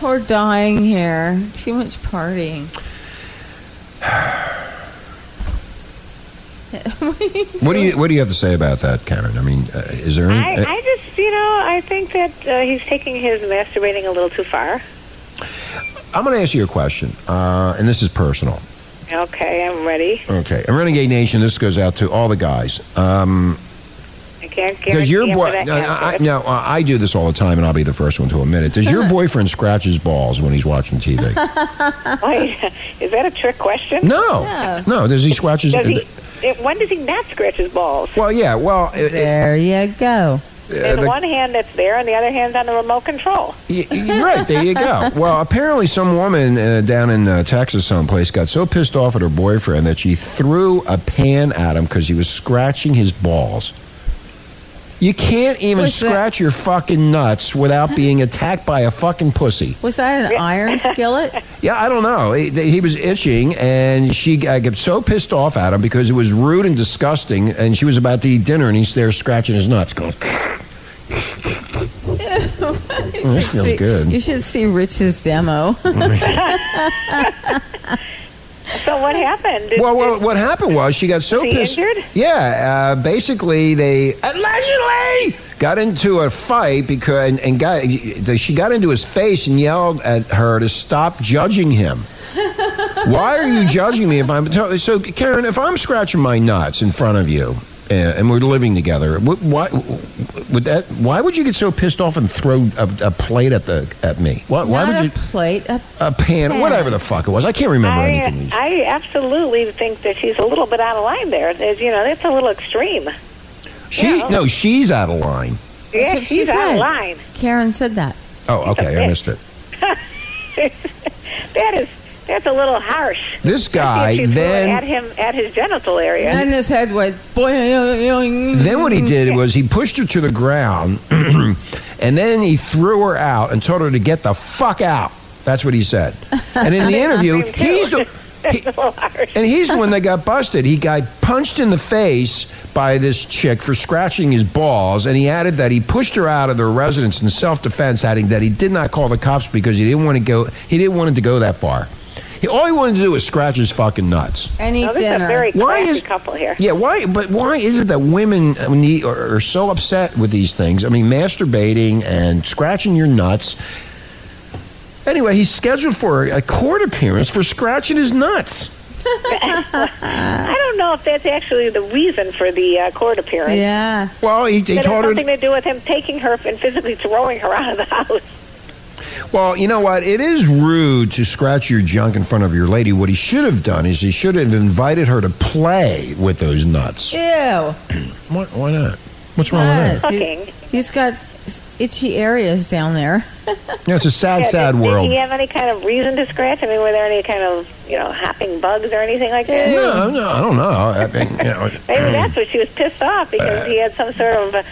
We're dying here. Too much partying.
what do you What do you have to say about that, Karen? I mean, uh, is there? Any,
I, I just, you know, I think that uh, he's taking his masturbating a little too far.
I'm going to ask you a question, uh, and this is personal.
Okay, I'm ready.
Okay, and Renegade Nation, this goes out to all the guys. Um,
I can't guarantee
Does your
him
boy?
for that
No, I, I-
answer.
no, I I do this all the time, and I'll be the first one to admit it. Does your boyfriend scratch his balls when he's watching TV?
Wait, is that a trick question?
No, no. Does he scratch his?
Does he, it- when does he not scratch his balls?
well, yeah. Well, it- it-
There you go.
There's
the-
one hand that's there, and the other hand's on the remote control.
y- y- right there you go. Well, apparently, some woman uh, down in uh, Texas, someplace, got so pissed off at her boyfriend that she threw a pan at him because he was scratching his balls. You can't even
Was that-
scratch your fucking nuts without being attacked by a fucking pussy.
Was that an iron skillet?
Yeah, I don't know. He, he was itching, and she I got so pissed off at him because it was rude and disgusting. And she was about to eat dinner, and he's there scratching his nuts, going.
that
feels good.
You should see Rich's demo.
So what happened? Did-
Well, well, what happened was she got so
She
pissed.
injured?
Yeah, uh, basically they
Allegedly!
got into a fight because and, and got she got into his face and yelled at her to stop judging him. Why are you judging me if I'm so Karen? If I'm scratching my nuts in front of you uh, and, and we're living together, wh- why would that? Why would you get so pissed off and throw a, a plate at the at me? Why, why
Not
would
a
you?
plate. A,
A pan,
pan.
whatever the fuck it was. I can't remember anything.
I, I absolutely think that she's a little bit out of line there. There's, you know, that's a little extreme.
She no, she's out of line.
Yeah,
what she
she's out
said.
of line.
Karen said that.
Oh, okay, I missed it.
That is that's a little harsh.
This
If
guy
you threw it
then
at him at his genital area.
And his head was boing.
Then what he did was he pushed her to the ground, and then he threw her out and told her to get the fuck out. That's what he said. And in the interview, he's the he- and he's the one that got busted. He got punched in the face by this chick for scratching his balls, and he added that he pushed her out of their residence in self-defense, adding that he did not call the cops because he didn't want to go. He didn't want it to go that far. He, all he wanted to do was scratch his fucking nuts.
And he
Now,
did
this is a
dinner.
very
Why
classy
is-
couple here.
Yeah, why? But why is it that women uh, need, are, are so upset with these things? I mean, masturbating and scratching your nuts. Anyway, he's scheduled for a court appearance for scratching his nuts.
I don't know if that's actually the reason for the uh, court appearance.
Yeah.
Well, he, he
It has
told her.
something to do with him taking her and physically throwing her out of the house.
Well, you know what? It is rude to scratch your junk in front of your lady. What he should have done is he should have invited her to play with those nuts.
Ew.
Why, why not? What's wrong with
Yes.
that?
Fucking.
He, has got itchy areas down there.
Yeah, it's a sad,
Yeah,
sad
did,
world.
Did he have any kind of reason to scratch? I mean, were there any kind of you know hopping bugs or anything like that?
No, no, I don't know. I think, you know,
Maybe that's what she was pissed off because he had some sort of uh,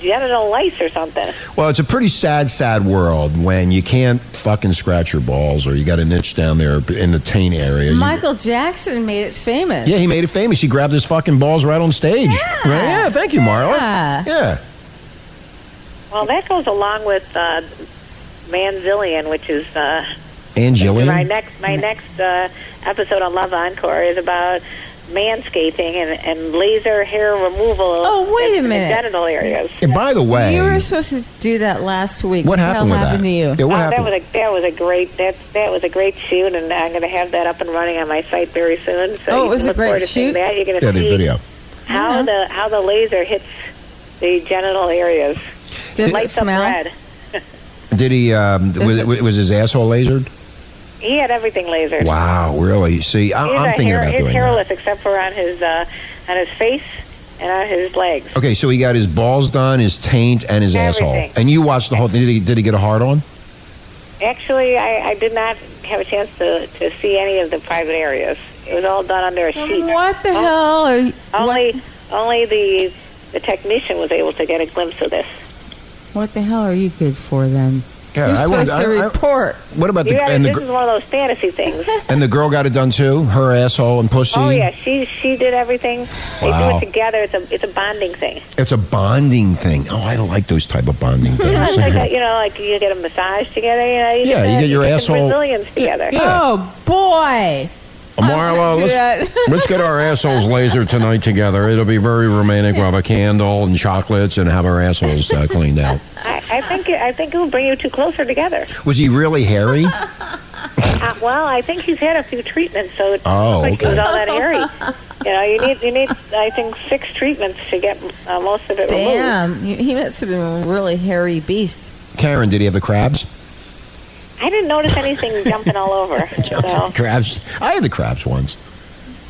genital lice or something.
Well, it's a pretty sad, sad world when you can't fucking scratch your balls or you got an itch down there in the taint area. You-
Michael Jackson made it famous.
yeah, he made it famous. He grabbed his fucking balls right on stage. Yeah, right? yeah thank you, Marla.
Yeah.
Yeah.
Well, that goes along with uh, Manzillion, which is uh,
And
my
Jillian.
next my next uh, episode on Love Encore is about manscaping and, and laser hair removal.
Oh, wait a
in the
minute.
genital areas.
And by the way,
You were supposed to do that last week.
What happened with
the hell happened
that?
to you?
Yeah, what
Oh,
happened?
That was a that was a great that that was a great shoot, and I'm going to have that up and running on my site very soon. So
Oh,
you
it was
can
a
look
great
forward to seeing
shoot?
That you're going to
yeah, the
see
video.
how the how the laser hits the genital areas.
Does it
lights up
smell?
red.
Did he, um,
This
was,
is-
was his asshole lasered?
He had everything lasered.
Wow, really? See, I,
He's a
I'm thinking
hair,
about
he's
doing that.
hairless except for on his uh, on his face and on his legs.
Okay, so he got his balls done, his taint, and his
Everything.
asshole. And you watched the whole thing. Did he, did he get a hard on?
Actually, I, I did not have a chance to, to see any of the private areas. It was all done under a sheet.
What the hell? Are you,
Only only the the technician was able to get a glimpse of this.
what the hell are you good for then? You're supposed to report.
what about
You
the,
gotta,
and the
this
gr-
is one of those fantasy things.
And the girl got it done too, her asshole and pussy.
oh yeah, she she did everything.
Wow.
They do it together. It's a it's a bonding thing.
It's a bonding thing. Oh, I like those type of bonding
You know,
things.
it's like a, you know, like you get a massage together. You know, you
Yeah,
get,
you
the-
get your
the
asshole-
Brazilians together.
Oh boy.
Uh, Marla,
Do
let's,
that.
let's get our assholes laser tonight together. It'll be very romantic. We'll have a candle and chocolates and have our assholes uh, cleaned out.
I, I think it, I think it will bring you two closer together.
Was he really hairy?
Uh, well, I think he's had a few treatments, so it's
Oh,
like he
okay.
was all that hairy. You know, you need you need I think six treatments to get uh, most of it removed.
Damn. He- He must have been a really hairy beast.
Karen, did he have the crabs?
I didn't notice anything jumping all over. So
Crabs. I had the crabs once.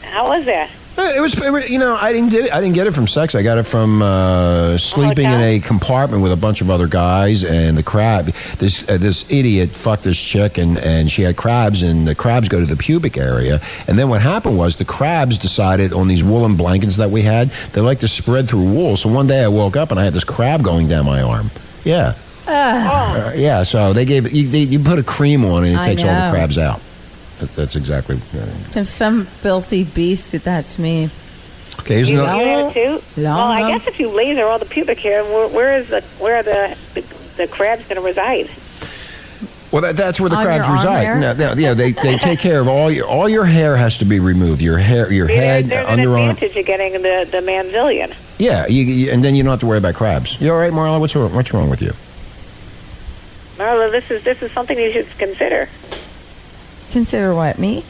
how was that?
Uh, It was, it was- you know, I didn't get it. I didn't get it from sex. I got it from uh, sleeping in a compartment with a bunch of other guys and the crab. This uh, this idiot fucked this chick and and she had crabs and the crabs go to the pubic area. And then what happened was the crabs decided on these woolen blankets that we had. They like to spread through wool. So one day I woke up and I had this crab going down my arm. Yeah,
Oh,
Uh, yeah. So they gave you, they, you put a cream on it. and It
I
takes all the
know.
crabs out. That, that's exactly.
If some filthy beast did that to me.
Okay,
you,
isn't
you
that?
had it too.
No,
well,
no.
I guess if you laser all the pubic hair, where, where is the where are the the, the crabs going to reside?
Well, that, that's where the
On
crabs
your arm hair?
reside. No, no, yeah, they, they take care of all your all your hair has to be removed. Your hair, your
See, there-
head,
there's an
underarm.
advantage of getting the the manzillion.
Yeah, you, you, and then you don't have to worry about crabs. You all right, Marla? What's wrong, what's wrong with you?
Marla, this is this is something you should consider.
Consider what me?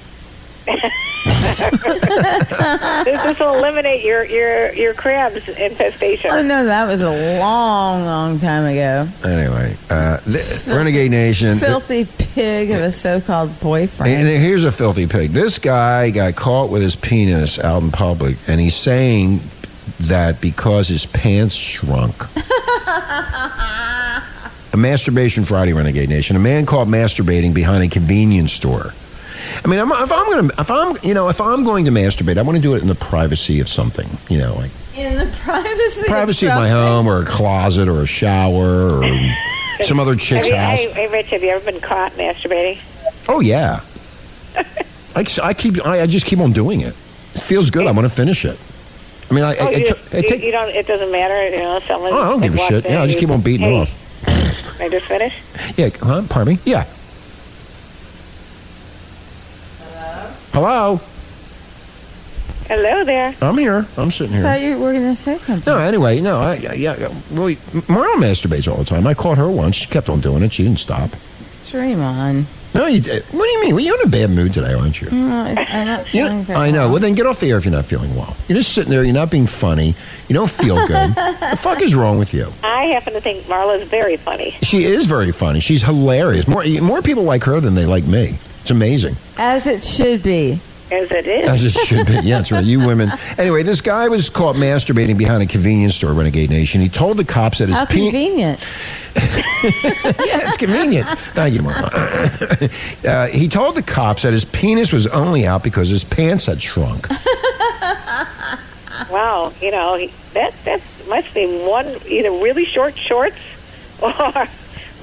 this, this will eliminate your your your crabs infestation.
Oh no, that was a long, long time ago.
Anyway, uh, th- Renegade Nation.
Filthy pig of a so-called boyfriend.
And here's a filthy pig. This guy got caught with his penis out in public, and he's saying that because his pants shrunk. a masturbation Friday, Renegade Nation. A man caught masturbating behind a convenience store. I mean, I'm, if I'm going to, if I'm, you know, if I'm going to masturbate, I want to do it in the privacy of something, you know, like
In the privacy.
privacy of
of
my home or a closet or a shower or some other chick's
have you,
house.
Hey, hey, Rich, have you ever been caught masturbating?
Oh yeah. I, I keep. I, I just keep on doing it. It feels good. I want to finish it. I mean, I,
oh,
I,
you,
it,
just-
took- it
you-
take,
you don't. It doesn't matter. You know, someone.
Oh, I don't give a
walks
shit.
in,
Yeah, I just
you-
keep on beating
hey,
off.
Can I just finish?
Yeah. Huh? Pardon me. Yeah. Hello.
Hello there.
I'm here. I'm sitting
I
here.
thought you were going to say something.
No. Anyway, no. I, yeah. yeah really, Marla masturbates all the time. I caught her once. She kept on doing it. She didn't stop.
Dream on.
No, you. did- What do you mean? Well, you're in a bad mood today, aren't you?
No, it's- I'm not
You-
feeling very
I know.
well.
Well, then get off the air if you're not feeling well. You're just sitting there. You're not being funny. You don't feel good. the fuck is wrong with you?
I happen to think Marla's very funny.
She is very funny. She's hilarious. More more people like her than they like me. It's amazing.
As it should be.
As it is.
As it should be. Yeah, that's right. You women. Anyway, this guy was caught masturbating behind a convenience store, Renegade Nation. He told the cops that his
How
penis.
convenient.
yeah, it's convenient. Thank you, Mama. uh, he told the cops that his penis was only out because his pants had shrunk.
Wow. You know he- that that must be one either really short shorts or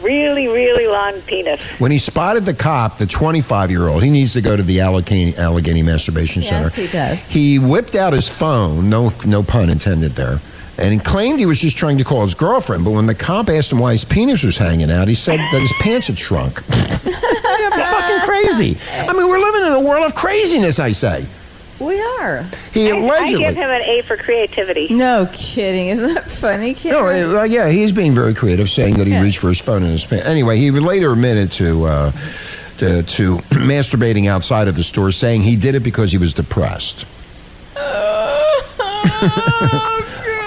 really really long penis.
When he spotted the cop, the 25 year old, he needs to go to the Allegheny, Allegheny Masturbation
Yes,
Center.
he does.
He whipped out his phone, no, no pun intended there, and he claimed he was just trying to call his girlfriend. But when the cop asked him why his penis was hanging out, he said that his pants had shrunk. That's fucking crazy. I mean, we're living in a world of craziness, I say.
We are.
He
I
allegedly.
give him an A for creativity.
No kidding. Isn't that funny, kid?
No, uh, well, yeah, he's being very creative, saying that he reached for his phone in his pants. Anyway, he later admitted to, uh, to to masturbating outside of the store, saying he did it because he was depressed.
Oh,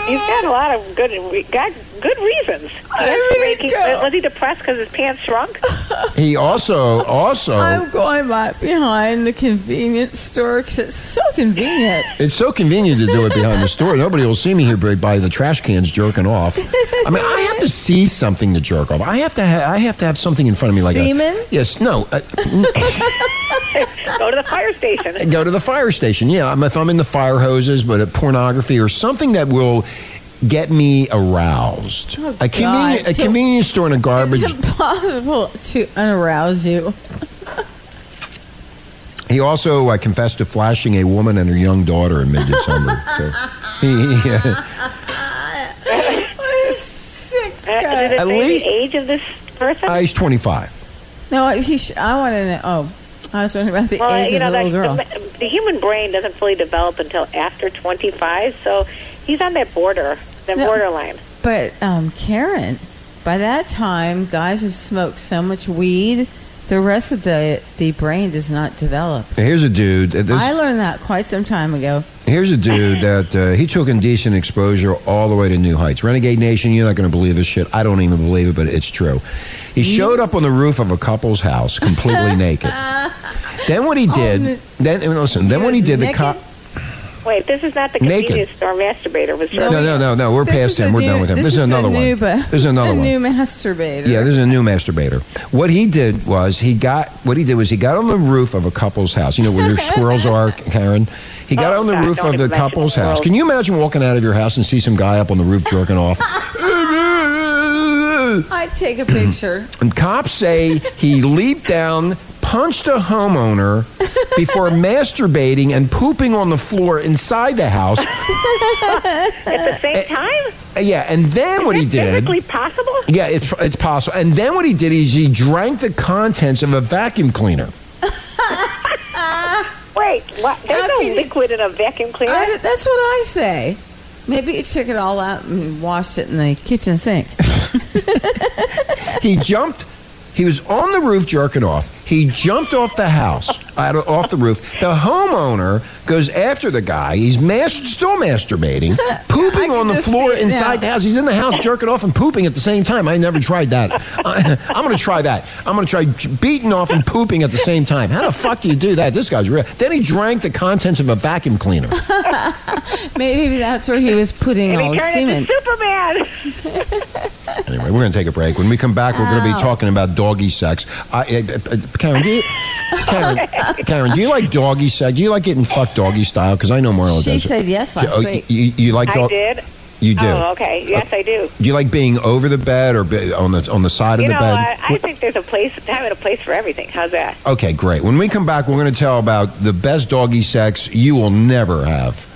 He's got a lot of good re- got good reasons. Masturbating- was he depressed because his pants shrunk?
He also also
I'm going back behind the convenience store because it's so convenient.
it's so convenient to do it behind the store. Nobody will see me here by- by the trash cans jerking off. I mean, I have to see something to jerk off. I have to ha- I have to have something in front of me like a-
Semen?
yes, no. uh,
Go to the fire station.
go to the fire station. Yeah, I'm, if I'm in the fire hoses, but at pornography or something that will get me aroused.
Oh,
a conveni-
God.
a convenience store and a garbage.
It's impossible to unarouse you.
He also uh, confessed to flashing a woman and her young daughter in mid-December. so he, he, uh,
What a sick
Uh,
guy.
did it say the age of this person?
uh, he's 25.
No, he sh- I want to know. Oh, I was wondering about the
well,
age
you know,
of the
that,
little girl.
The, the human brain doesn't fully develop until after 25, so he's on that border, that
No.
borderline.
But um, Karen, by that time, guys have smoked so much weed, the rest of the the brain does not develop.
Now, Here's a dude. uh,
I
This,
learned that quite some time ago.
here's a dude that uh, he took indecent exposure all the way to new heights. Renegade Nation, you're not going to believe this shit. I don't even believe it, but it's true. He showed up on the roof of a couple's house completely naked. Then what he
Oh,
did, then and listen, then what he did, the
naked?
cop.
Wait, this is not the
Naked.
convenience store masturbator was
No, no, no, no. We're past him. We're done with him. This, is,
a
another
new,
one.
but-
This is another
a
one.
new masturbator.
Yeah, this is a new masturbator. What he did was he got what he did was he got on the roof of a couple's house. You know where your squirrels are, Karen. He got on the
Oh, God,
roof
don't
of the
imagine
couple's house.
squirrels.
Can you imagine walking out of your house and see some guy up on the roof jerking off?
I take a picture.
And cops say he leaped down, punched a homeowner before masturbating and pooping on the floor inside the house. Uh,
At the
Eh,
same time?
Yeah, and then what he did
Physically possible?
Yeah, it's it's possible. And then what he did is he drank the contents of a vacuum cleaner.
Wait, what? there's
How
no
can you-
liquid in a vacuum cleaner.
I, that's what I say. Maybe you took it all out and washed it in the kitchen sink.
he jumped. He was on the roof jerking off. He jumped off the house, out of, off the roof. The homeowner goes after the guy. He's mas- still masturbating, pooping on the
just
floor
see it
inside
now.
the house. He's in the house jerking off and pooping at the same time. I never tried that. I, am going to try that. I'm going to try j- beating off and pooping at the same time. How the fuck do you do that? This guy's real. Then he drank the contents of a vacuum cleaner.
Maybe that's where he was putting all
Maybe
the
turn
semen.
into Superman.
Anyway, we're going to take a break. When we come back, we're going to
Ow.
be talking about doggy sex. I, uh, uh, Karen, do you, Karen, Karen, do you like doggy sex? Do you like getting fucked doggy style? Because I know Marla
She
does.
said yes
Oh,
last
you-
week.
You, you like
I
dog-
did.
You do.
Oh, okay. Yes, I do.
Do you like being over the bed or be- on the on the side
You
of the
know,
bed?
uh, I think there's a place, time and a place for everything. How's that?
okay, great. When we come back, we're going to tell about the best doggy sex you will never have.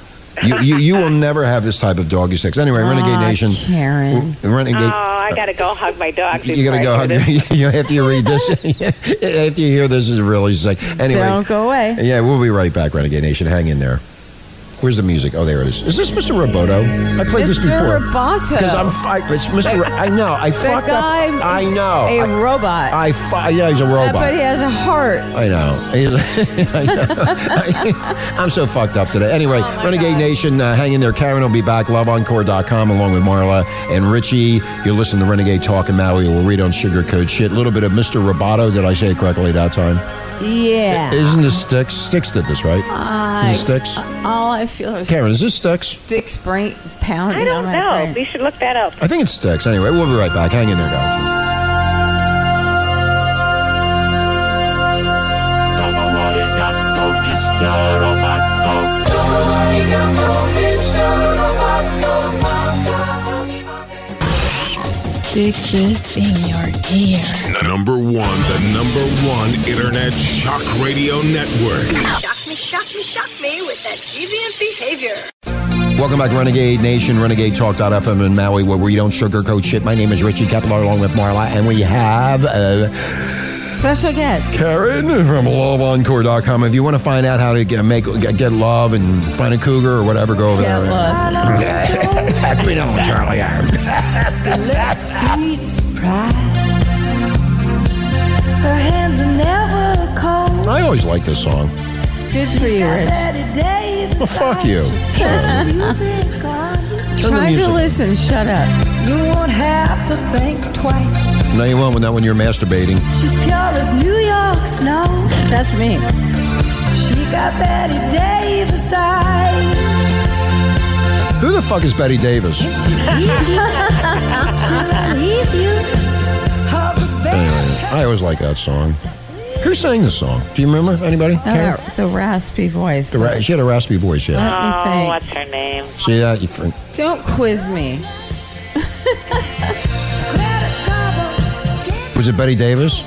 You, you, you will never have this type of doggy sex. Anyway, Renegade
Aw,
Nation.
Ah, Karen.
Renegade.
Oh, I gotta go hug my dog.
You gotta go.
before I
hug-
do this.
you know, after you read this, after you hear this, is really sick. Anyway,
Don't go away.
yeah, we'll be right back, Renegade Nation. Hang in there. Where's the music? Oh, there it is. Is this Mr. Roboto? I played this
Mr.
before.
Roboto.
Because I'm fi- It's Mr. Ro- I know. I
That
fucked
guy
up. I
is
know.
a
I
robot.
I fi- yeah, he's a
Uh, But he
robot.
has a heart.
I know. He's- I know. I'm so fucked up today. Anyway,
Oh,
Renegade Nation, uh, hang in there. Karen will be back. LoveOnCore.com along with Marla and Richie. You'll listen to Renegade Talk in Maui. We'll read on sugarcoat shit. A little bit of Mr. Roboto. Did I say it correctly that time?
Yeah.
Isn't this Sticks? Sticks did this, right?
I-
Is this Sticks?
all I feel are
Karen, is this Sticks?
sticks brain pounding.
I
on
don't
my
know.
brain.
We should look that up.
I think it's Sticks. Anyway, we'll be right back. Hang in there, guys.
Stick this in your ear.
Number one, the number one internet shock radio network.
Shock me, shock me, shock me with that deviant behavior.
Welcome back, Renegade Nation, Renegade Talk.fm in Maui, where we don't sugarcoat shit. My name is Richie Kepler, along with Marla, and we have uh,
Special guest.
Karen from LoveOnCore.com. If you want to find out how to get, make, get, get love and find a cougar or whatever, go over
Get
there.
love.
we know what Charlie are.
Let's sweet surprise. Her hands are never cold.
I always like this song.
Good for you, Rich.
Well, fuck you. the
Try to
music.
listen. Shut up.
You won't have to think twice.
No, you won't. Not when you're masturbating.
She's pure as New York snow.
That's me.
She got Betty Davis eyes.
Who the fuck is Betty Davis?
Tease you. She'll unease you.
Anyway, I always like that song. Who sang this song? Do you remember anybody?
Oh,
Karen?
that, the raspy voice.
The ra- she had a raspy voice, yeah.
Let me
Oh,
think.
what's her name?
Uh-huh.
See that? You fr-
Don't quiz me.
Was it Betty Davis?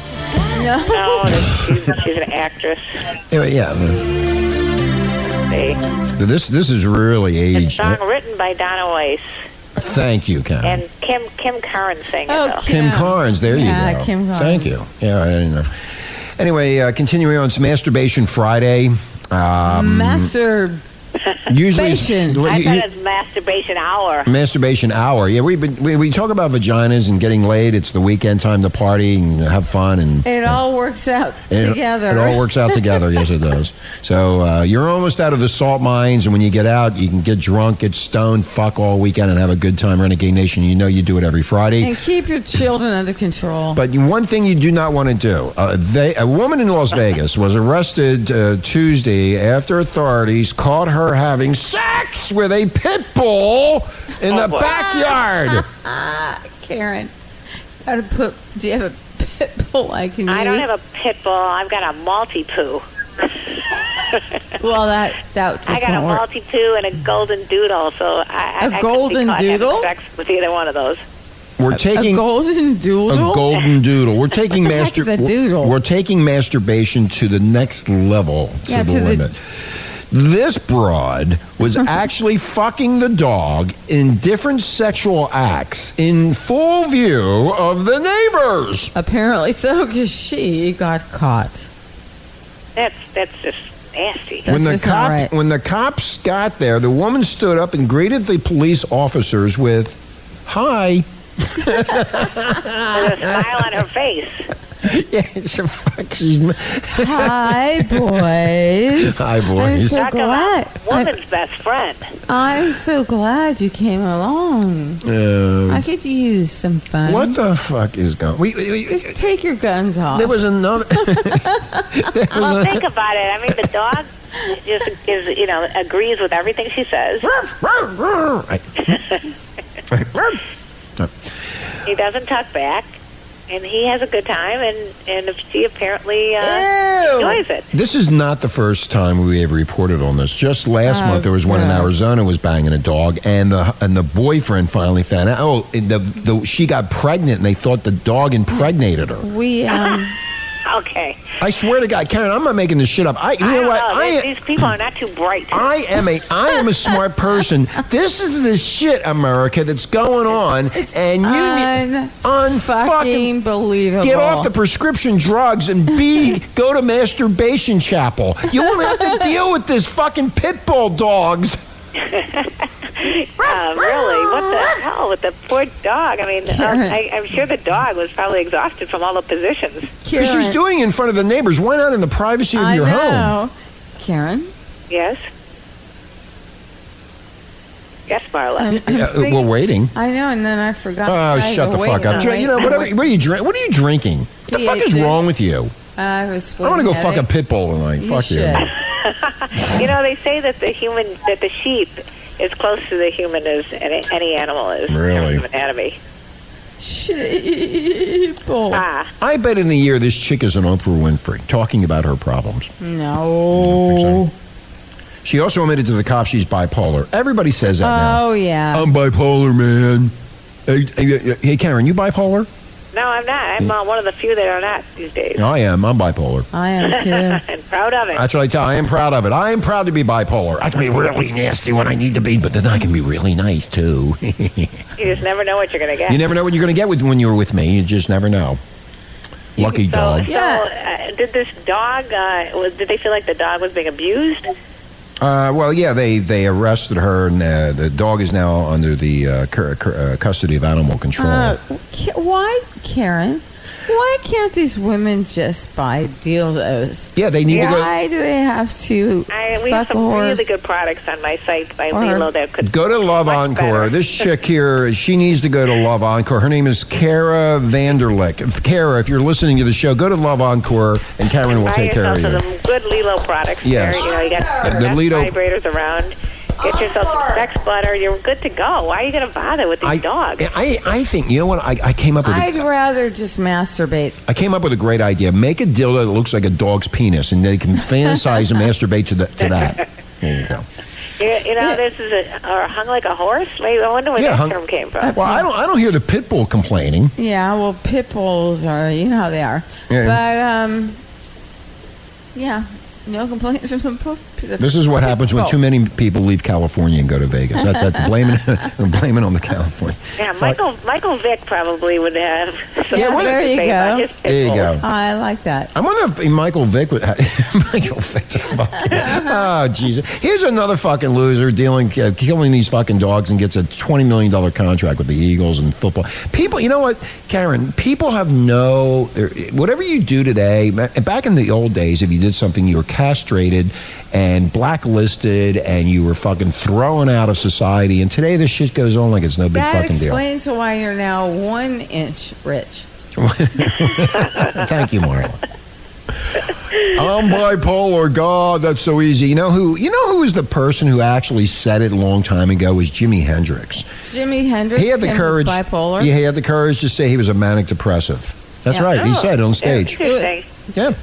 No.
No, that's- she's, she's an actress.
Anyway, yeah.
See?
This this is really aged.
Song written by Donna Weiss
Thank you, Karen.
and Kim Kim Carnes sang it.
Oh,
though.
Kim Carnes, there
Yeah,
you go.
Kim Carnes.
Thank you. Yeah, I didn't know. Anyway, uh, continuing on, it's Masturbation Friday. Um,
Master. Mm-hmm.
usually,
I
you-
thought
you-
it was masturbation hour.
Masturbation hour. Yeah, we've been, we we talk about vaginas and getting laid. It's the weekend time to party and have fun and
It all works out
It-
together.
It all works out together. yes, it does. So uh, you're almost out of the salt mines, and when you get out, you can get drunk, get stoned, fuck all weekend, and have a good time. Renegade Nation, you know you do it every Friday.
And keep your children under control.
But you- one thing you do not want to do uh, they, a woman in Las Vegas was arrested uh, Tuesday after authorities caught her having sex with a pit bull in
Oh,
the backyard.
Karen, gotta put. Do you have a pit bull I can use?
I don't have a pit bull. I've got a multi poo.
Well, that that just
I got a
won't work.
multi poo and a golden doodle. So I, I-
A
I could be
golden
caught having
doodle?
Sex with either one of those.
We're taking
a golden doodle.
A golden doodle. We're taking
What the heck
master.
is a doodle?
We're taking masturbation to the next level. To
Yeah,
the
to the-
limit. This broad was actually fucking the dog in different sexual acts in full view of the neighbors.
Apparently so, because she got caught.
That's that's just nasty.
when the cop when the cops got there, the woman stood up and greeted the police officers with, "Hi."
Ah.
with a smile on her face.
yeah, she's a fuck. She's
Hi, boys.
Hi,
I'm
boys.
so
Talk
glad.
about woman's best friend.
I'm so glad you came along.
Uh,
I could use some fun.
what the fuck is going? We, we, we-
Just take your guns off.
there was another.
Well, think about it. I mean, the dog just is, you know, agrees with everything she says. he doesn't talk back, and he has a good time, and and she apparently uh, enjoys it.
This is not the first time we have reported on this. Just last
Oh,
month, there was one in
gross.
Arizona was banging a dog, and the and the boyfriend finally found out. Oh, and the, the she got pregnant, and they thought the dog impregnated her.
We um.
Okay.
I swear to God, Karen, I'm not making this shit up. I, you
I
know
don't
what?
know.
I
These- these people are not too bright.
I am a I am a smart person. This is the shit, America, that's going on, and you need
Unfucking believable.
get off the prescription drugs and be go to masturbation chapel. You won't have to deal with this fucking pit bull dogs.
Um, really, what the hell with the poor dog? I mean, uh, I, I'm sure the dog was probably exhausted from all the positions.
Because she's doing it in front of the neighbors. Why not in the privacy of
I
your home?
know. Karen.
Yes. Yes, Marla.
I'm- I'm
Yeah, uh,
thinking-
we're waiting.
I know, and then I forgot.
Oh,
I
shut the
wait,
fuck up!
I
Drink- You know
wait,
whatever.
I
What are you drink? What are you drinking? What the
He
fuck
ate
is
this.
wrong with you?
I was.
I want to go fuck a
splitting
pit bull tonight.
You
fuck
should.
you.
you know, they say that the human, that the sheep is close to the human as any, any animal is. in terms
Really?
of Anatomy.
headache. Sheeple.
Ah,
I bet in the year this chick is an Oprah Winfrey talking about her problems.
No.
She also admitted to the cops she's bipolar. Everybody says that now.
Oh yeah.
I'm bipolar, man. Hey, hey, hey, Karen, you bipolar?
no, I'm not. I'm
Hmm.
uh, one of the few that are not these days.
I am. I'm bipolar.
I am
and proud of it.
That's what I tell. I am proud of it. I am proud to be bipolar. I can be really nasty when I need to be, but then I can be really nice too. you
You just never know what you're going to get.
never know what you're going to get with when you're with me. You just never know. Lucky
so,
dog.
So, uh, did this dog? Uh, was, did they feel like the dog was being abused?
Uh, well, yeah, they, they arrested her, and uh, the dog is now under the uh, cur- cur- uh, custody of animal control.
Uh, Ka- why, Karen? Why can't these women just buy dildos?
yeah, they need
Why do they have to
I, we have
fuck a
some
horse?
really good products on my site by
Or-
Lilo that
to
could.
go, go to Love Encore. This chick here, she needs to go to Love Encore. Her name is Kara Vanderlick. If- Kara, if you're listening to the show, go to Love Encore, and Karen will
Buy
take care
yourself
of you.
some good Lilo products.
Yes.
There. You know, you got
The
the best
Lilo-
vibrators around. Get yourself some sex butter. You're good to go. Why are you going to bother with these
I,
dogs?
I, I think you know what I, I came up with.
I'd
A,
rather just masturbate.
I came up with a great idea. Make a dildo that looks like a dog's penis, and they can fantasize and masturbate to, the, to that. There you go.
You, you know, this is a, or hung like a horse. Maybe I wonder where
Yeah,
that
hung-
term
Uh,
came from.
Well, I don't. I don't hear the pit bull complaining.
Yeah, well, pit bulls are, you know how they are.
Yeah.
But, um, yeah, no complaints from some po-
This is what happens when too many people leave California and go to Vegas. That's that blaming blaming on the California.
yeah, Michael Michael Vick probably would have. Some
Yeah,
things
there
to
you
say about
go.
his pit
There you
bulls.
go.
I like that.
I wonder if Michael Vick would. Michael Vick. oh Jesus! Here's another fucking loser dealing, uh, killing these fucking dogs, and gets a twenty million dollar contract with the Eagles and football. People, you know what, Karen? People have no. they're- Whatever you do today, ma- back in the old days, if you did something, you were castrated and blacklisted, and you were fucking thrown out of society. And today, this shit goes on like it's no big
That
fucking deal.
explains why you're now one inch rich.
Thank you, Marla. I'm bipolar. God, that's so easy. You know who? You know who was the person who actually said it a long time ago was Jimi Hendrix.
Jimi Hendrix
He had the
and
courage.
bipolar.
Yeah, he had the courage to say he was a manic depressive. That's
Yeah.
right. He
Oh,
said it on stage.
Interesting.
Yeah.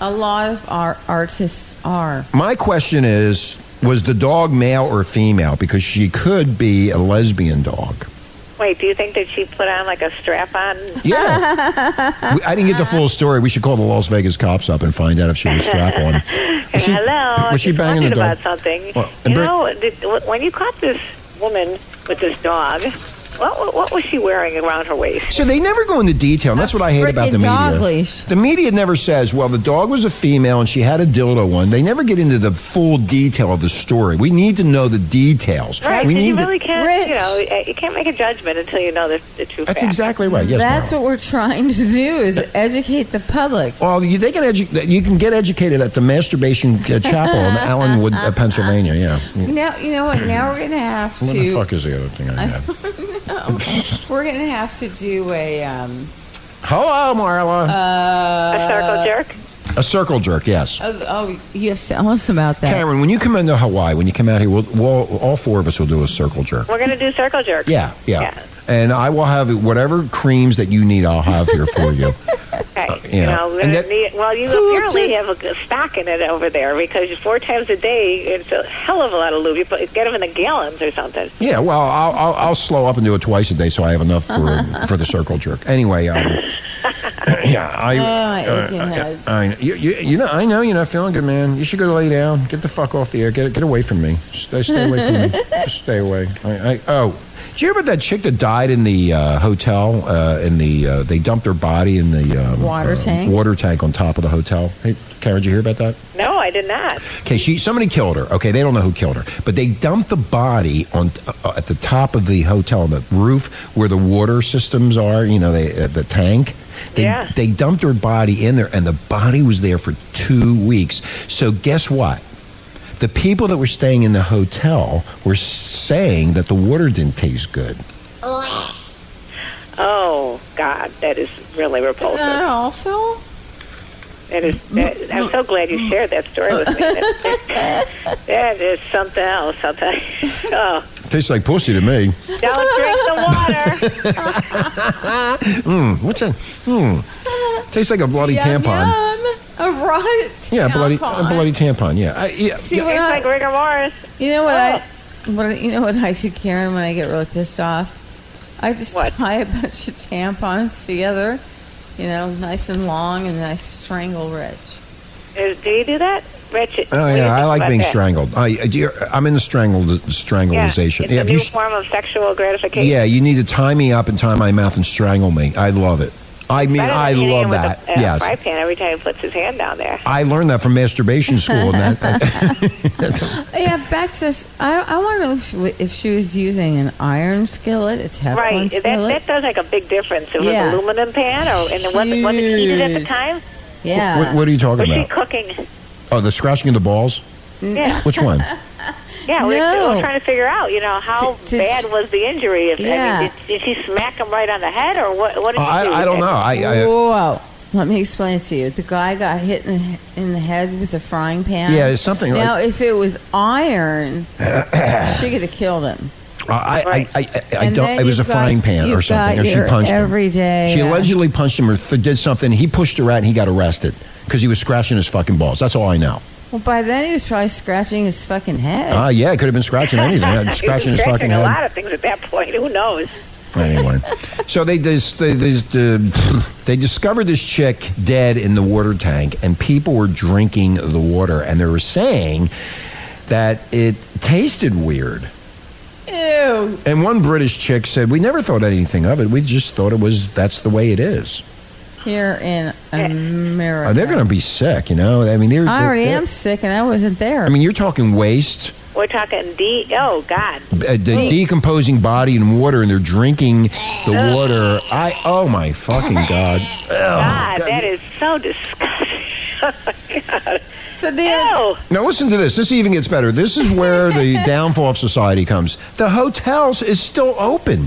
A lot of our artists are.
My question is, was the dog male or female? Because she could be a lesbian dog.
Wait, do you think that she put on like a strap on?
Yeah. We- I didn't get the full story. We should call the Las Vegas cops up and find out if she was strap on. Was she-
Hello.
was she
I just
banging
wondered
the dog?
about something?
Well,
you
and Brit-
know, did, when you caught this woman with this dog, What, what, what was she wearing around her waist?
So they never go into detail. And that's what I hate about the
frickin'
media.
dog leash.
The media never says, "Well, the dog was a female and she had a dildo one." They never get into the full detail of the story. We need to know the details.
Right,
We
'cause
need
you
to-
really can't, you
Rich.
know, uh, you can't make a judgment until you know the, the true
That's
facts.
exactly right. Yes.
That's what we're trying to do is educate the public.
Well, you, they can edu- you can get educated at the masturbation uh, chapel in Allenwood, uh, Pennsylvania. Yeah.
Now you know what? Now we're gonna have
What the
to.
fuck is the other thing I had?
We're gonna have to do a um.
Hello, Marla.
Uh,
a circle jerk.
A circle jerk. Yes.
Oh, oh, you have to tell us about that.
Karen, when you come into Hawaii, when you come out here, we'll, we'll, all four of us will do a circle jerk.
We're going to do circle jerk.
Yeah, yeah, And I will have whatever creams that you need. I'll have here for you.
Okay.
Uh, yeah.
You know, we're
And
gonna
that-
need, well, you apparently have a good stock in it over there because four times a day, it's a hell of a lot of lube. You put, get them in the gallons or something.
Yeah, well, I'll, I'll, I'll slow up and do it twice a day, so I have enough for
Uh-huh.
for the circle jerk. Anyway, um, yeah, I,
Oh, I ate your
uh,
head.
I, you, you, you know, I know you're not feeling good, man. You should go lay down. Get the fuck off the air. Get get away from me. Stay, stay away from me. Just stay away. I, I, oh, do you remember that chick that died in the uh, hotel? Uh, in the uh, they dumped her body in the um,
Water
uh,
tank?
Water tank on top of the hotel. Hey, Karen, did you hear about that?
No, I did not.
Okay, she somebody killed her. Okay, they don't know who killed her, but they dumped the body on uh, at the top of the hotel, the roof where the water systems are. You know, they uh, the tank. They,
Yeah.
they dumped her body in there, and the body was there for two weeks. So guess what? The people that were staying in the hotel were s- saying that the water didn't taste good.
Oh, God, that is really repulsive.
Isn't that awful?
That is, that, I'm so glad you shared that story with me. That, that is something else. I'll tell you. Oh,
Tastes like pussy to me.
don't drink the water.
Mm, what's that? Hmm. Tastes like a bloody
Yum,
tampon.
yum. A rotted
Yeah, a bloody, a
tampon.
bloody tampon. Yeah, I, yeah.
See what I,
like rigor mortis.
You know what I? What I- you know what I do, Karen? When I get really pissed off, I just tie a bunch of tampons together, you know, nice and long, and then I strangle Rich.
Is, Uh, do you do that? Richard.
Oh
what do you
yeah, I like
think about
beling
that?
strangled. I, I- dear- I'm in the strangled
Yeah,
strangulation.
it's a
if
new
you, s-
form of sexual gratification.
yeah, you need to tie me up and tie my mouth and strangle me. I love it. I mean,
Better than
I
hitting him
love
with
that.
A, uh, a
yes,
fry pan every time he puts his hand down there.
I learned that from masturbation school. And that,
Yeah, Beck says I, I want to know if she, wa- if she was using an iron skillet, a Teflon
Right. That,
skillet.
that does make a big difference. It was
Yeah.
aluminum pan, or and it wasn't, was it heated at the
Huge.
time?
yeah.
What- what are you talking
was
about?
she cooking?
oh, the scratching of the balls.
Mm.
Yeah.
Which one?
Yeah, we're,
No.
we're trying to figure out, you know, how
Did- did
bad
she-
was the injury? If, I
Yeah.
mean, did, did she smack him right on the head, or what? What did
Oh,
she
I-
do?
I don't know. I- I- uh,
Whoa. Let me explain it to you. The guy got hit in the, he- in the head with a frying pan.
Yeah, it's something
Now,
like-
if it was iron, she could have killed him.
I, I, I, I, I
And
don't.
then
It was a
you've got-
frying pan or
you've
something,
got
or she
your
punched
everyday,
him. She
uh,
allegedly punched him or th- did something. He pushed her out and he got arrested because he was scratching his fucking balls. That's all I know.
Well, by then he was probably scratching his fucking head.
Ah, yeah, it could have been scratching anything.
He was
scratching his fucking
a
head.
lot of things at that point. Who knows?
anyway, so they dis- they, dis- uh, they discovered this chick dead in the water tank, and people were drinking the water, and they were saying that it tasted weird.
Ew.
And one British chick said, "We never thought anything of it. We just thought it was that's the way it is."
Here in America.
Uh, they're going to be sick, you know. I mean, they're.
I already
they're-
am sick and I wasn't there.
I mean, you're talking waste,
We're talking D. Oh God.
uh, the decomposing body in water, and they're drinking the water. I oh my fucking Oh, god.
God, that is so disgusting. oh my God.
So there's
Now listen to this. This even gets better. This is where the downfall of society comes. The hotels is still open,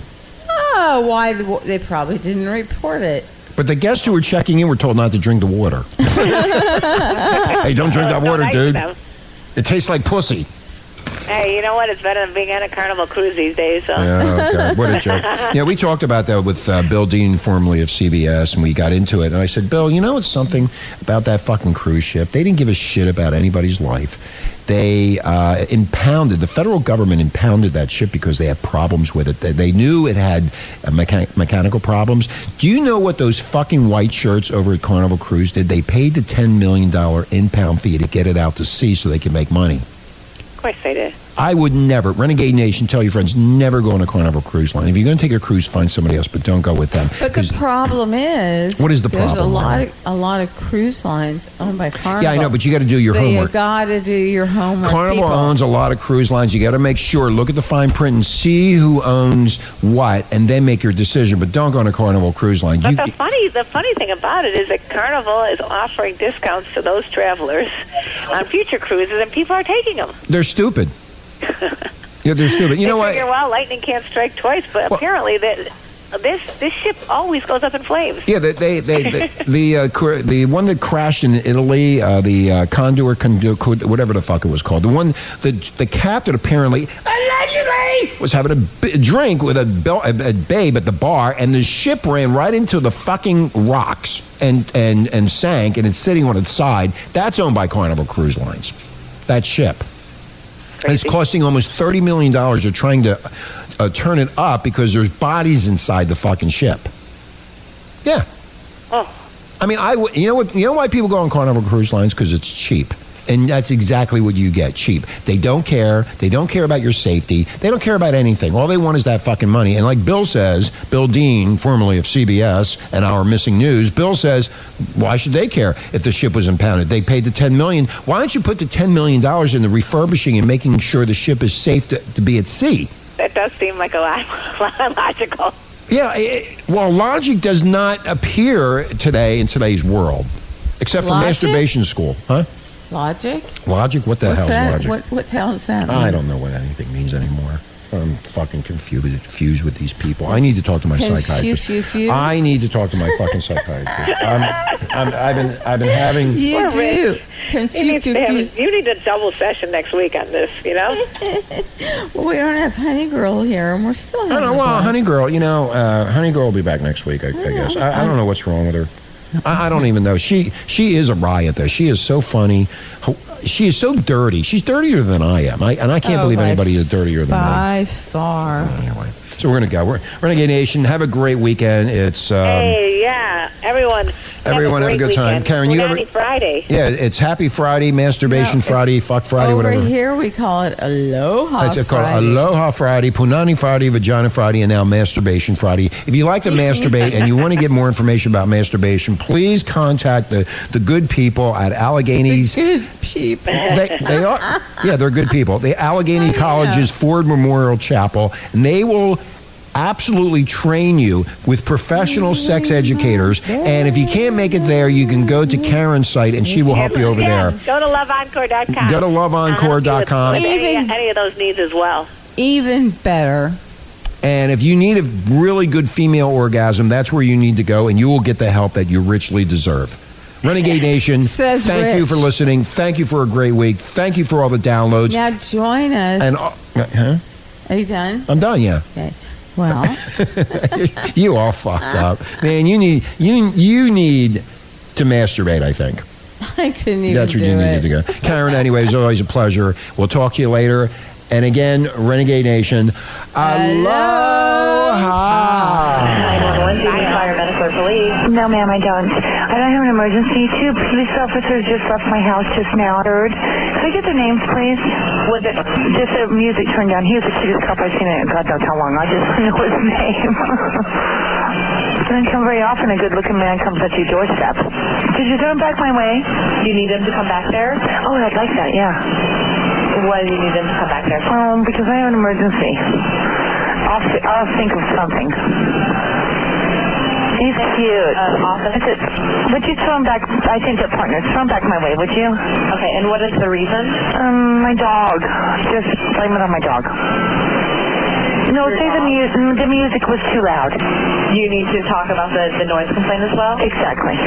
oh, why did, they probably didn't report it?
but the guests who were checking in were told not to drink the water. hey, don't drink that water,
nice
dude.
of
It tastes like pussy.
Hey, you know what? It's better than being on a carnival cruise these days. So.
Oh, God, what a joke. Yeah, we talked about that with uh, Bill Dean, formerly of CBS, and we got into it. And I said, Bill, you know it's something about that fucking cruise ship? They didn't give a shit about anybody's life. They uh, impounded, the federal government impounded that ship because they had problems with it. They, they knew it had uh, mechan- mechanical problems. Do you know what those fucking white shirts over at Carnival Cruise did? They paid the $10 million impound fee to get it out to sea so they could make money.
course I did.
I would never, Renegade Nation, tell your friends, never go on a Carnival cruise line. If you're going to take a cruise, find somebody else, but don't go with them.
But the problem is,
What is the
there's
problem,
a lot,
Mary?
of, a lot of cruise lines owned by Carnival.
Yeah, I know, but you gotta do your
so
homework.
You got to do your homework.
Carnival
people.
owns a lot of cruise lines. You got to make sure, look at the fine print and see who owns what, and then make your decision. But don't go on a Carnival cruise line.
But
You,
the funny, the funny thing about it is that Carnival is offering discounts to those travelers on future cruises, and people are taking them.
they're stupid. yeah, they're stupid. You know
they
what?
Figure, well, lightning can't strike twice, but apparently that uh, this this ship always goes up in flames.
Yeah, they, they, they, they the uh, cr- the one that crashed in Italy, uh, the uh, Condor, Condor, whatever the fuck it was called, the one the the captain apparently allegedly was having a b- drink with a, bel- a, a babe at the bar, and the ship ran right into the fucking rocks and and and sank, and it's sitting on its side. That's owned by Carnival Cruise Lines. That ship. And it's costing almost thirty million dollars. They're trying to uh, turn it up because there's bodies inside the fucking ship. Yeah.
Oh.
I mean, I w- you know what you know why people go on Carnival cruise lines because it's cheap. And that's exactly what you get cheap. They don't care. They don't care about your safety. They don't care about anything. All they want is that fucking money. And like Bill says, Bill Dean, formerly of CBS and our missing news, Bill says, why should they care if the ship was impounded? They paid the $10 million. Why don't you put the $10 million in the refurbishing and making sure the ship is safe to, to be at sea?
That does seem like a lot, lot logical.
Yeah, it, well, logic does not appear today in today's world, except for
Logic?
masturbation school, huh?
Logic.
Logic? What the
What's
hell
that?
is logic?
What, what the hell is that?
I don't know what anything means anymore. I'm fucking confused, confused with these people. I need to talk to my
Confused,
psychiatrist.
confused?
I need to talk to my fucking psychiatrist. I'm, I'm, I've been, I've been having.
We're rich. You need, to have- you need a double session next week on this. You
Um,
know,
Well, we don't have Honey Girl here, and we're still.
I don't know.
having
Well,
fun.
Honey Girl, you know, uh, Honey Girl will be back next week, I, I guess. I, I don't know what's wrong with her. I, I don't even know. She she is a riot, though. She is so funny. Ho- She is so dirty. She's dirtier than I am. I, and I can't
Oh,
believe
by
anybody is dirtier than me.
By far.
So we're going to go. We're, Renegade Nation, have a great weekend. It's. Um,
hey, yeah, everyone.
Everyone have a
great
good time.
weekend.
Karen, you
Punani
ever-
Friday.
Yeah, it's Happy Friday,
No,
Masturbation
it's
Friday, Fuck Friday,
Over
whatever.
here, we call it Aloha
That's it, called
Friday.
Aloha Friday, Punani Friday, Vagina Friday, and now Masturbation Friday. If you like to masturbate and you want to get more information about masturbation, please contact the, the good people at Allegheny's.
Good people.
They, they are, yeah, they're good people. The Allegheny College's Ford Memorial Chapel, and they will absolutely train you with professional sex
Mm-hmm.
educators. And if you can't make it there, you can go to Karen's site, and she will help you over there.
Go to loveencore.com.
Go to loveencore.com.
Any, any of those needs as well.
Even better.
And if you need a really good female orgasm, that's where you need to go, and you will get the help that you richly deserve. Renegade Nation,
Says
thank you
rich.
for listening. Thank you for a great week. Thank you for all the downloads.
Now join us.
And all- huh?
Are you done?
I'm done. Yeah.
Okay. Well,
you all fucked up, man. You need you you need to masturbate. I think
I couldn't even
that's
do
what you
it.
needed to go. Karen, anyway, it's always a pleasure. We'll talk to you later. And again, Renegade Nation, aloha.
No, ma'am, I don't. I don't have an emergency. Two police officers just left my house just now. Third, could I get their names, please? Was it just the music turned down? He was the cutest cop I've seen in God knows how long. I just know his name. Doesn't come very often. A good-looking man comes at your doorstep. Could you throw him back my way? Do you need them to come back there? Oh, I'd like that. Yeah. Why do you need them to come back there? Um, because I have an emergency. I'll, th- I'll think of something. He's cute. Would you throw him back? I think they're partners. Throw him back my way, would you? Okay, and what is the reason? Um, my dog. Just blame it on my dog. No, say the, mu- the music was too loud. You need to talk about the, the noise complaint as well? Exactly.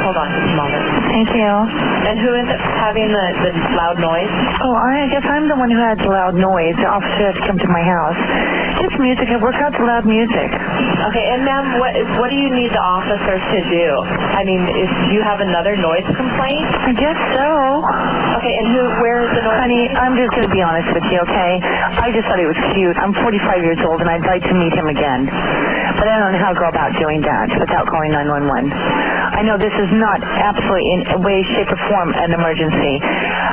Hold on just a moment. Thank you. And who is having the, the loud noise? Oh, I guess I'm the one who had the loud noise. The officer had to come to my house. Just music. I work out the loud music. Okay, and ma'am, what, what do you need the officer to do? I mean, if you have another noise complaint? I guess so. Okay, and who, where is the noise? Honey, I'm just going to be honest with you, okay? I just thought he was cute. I'm 45 years old, and I'd like to meet him again. But I don't know how to go about doing that without calling 911. I know this is not absolutely in a way, shape, or form an emergency.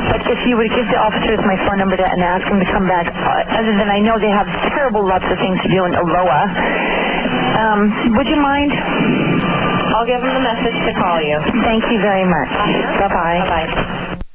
But if you would give the officers my phone number to, and ask them to come back, uh, other than I know they have terrible lots of things to do in Aloha, um, would you mind? I'll give them the message to call you. Thank you very much. Bye bye. Bye bye.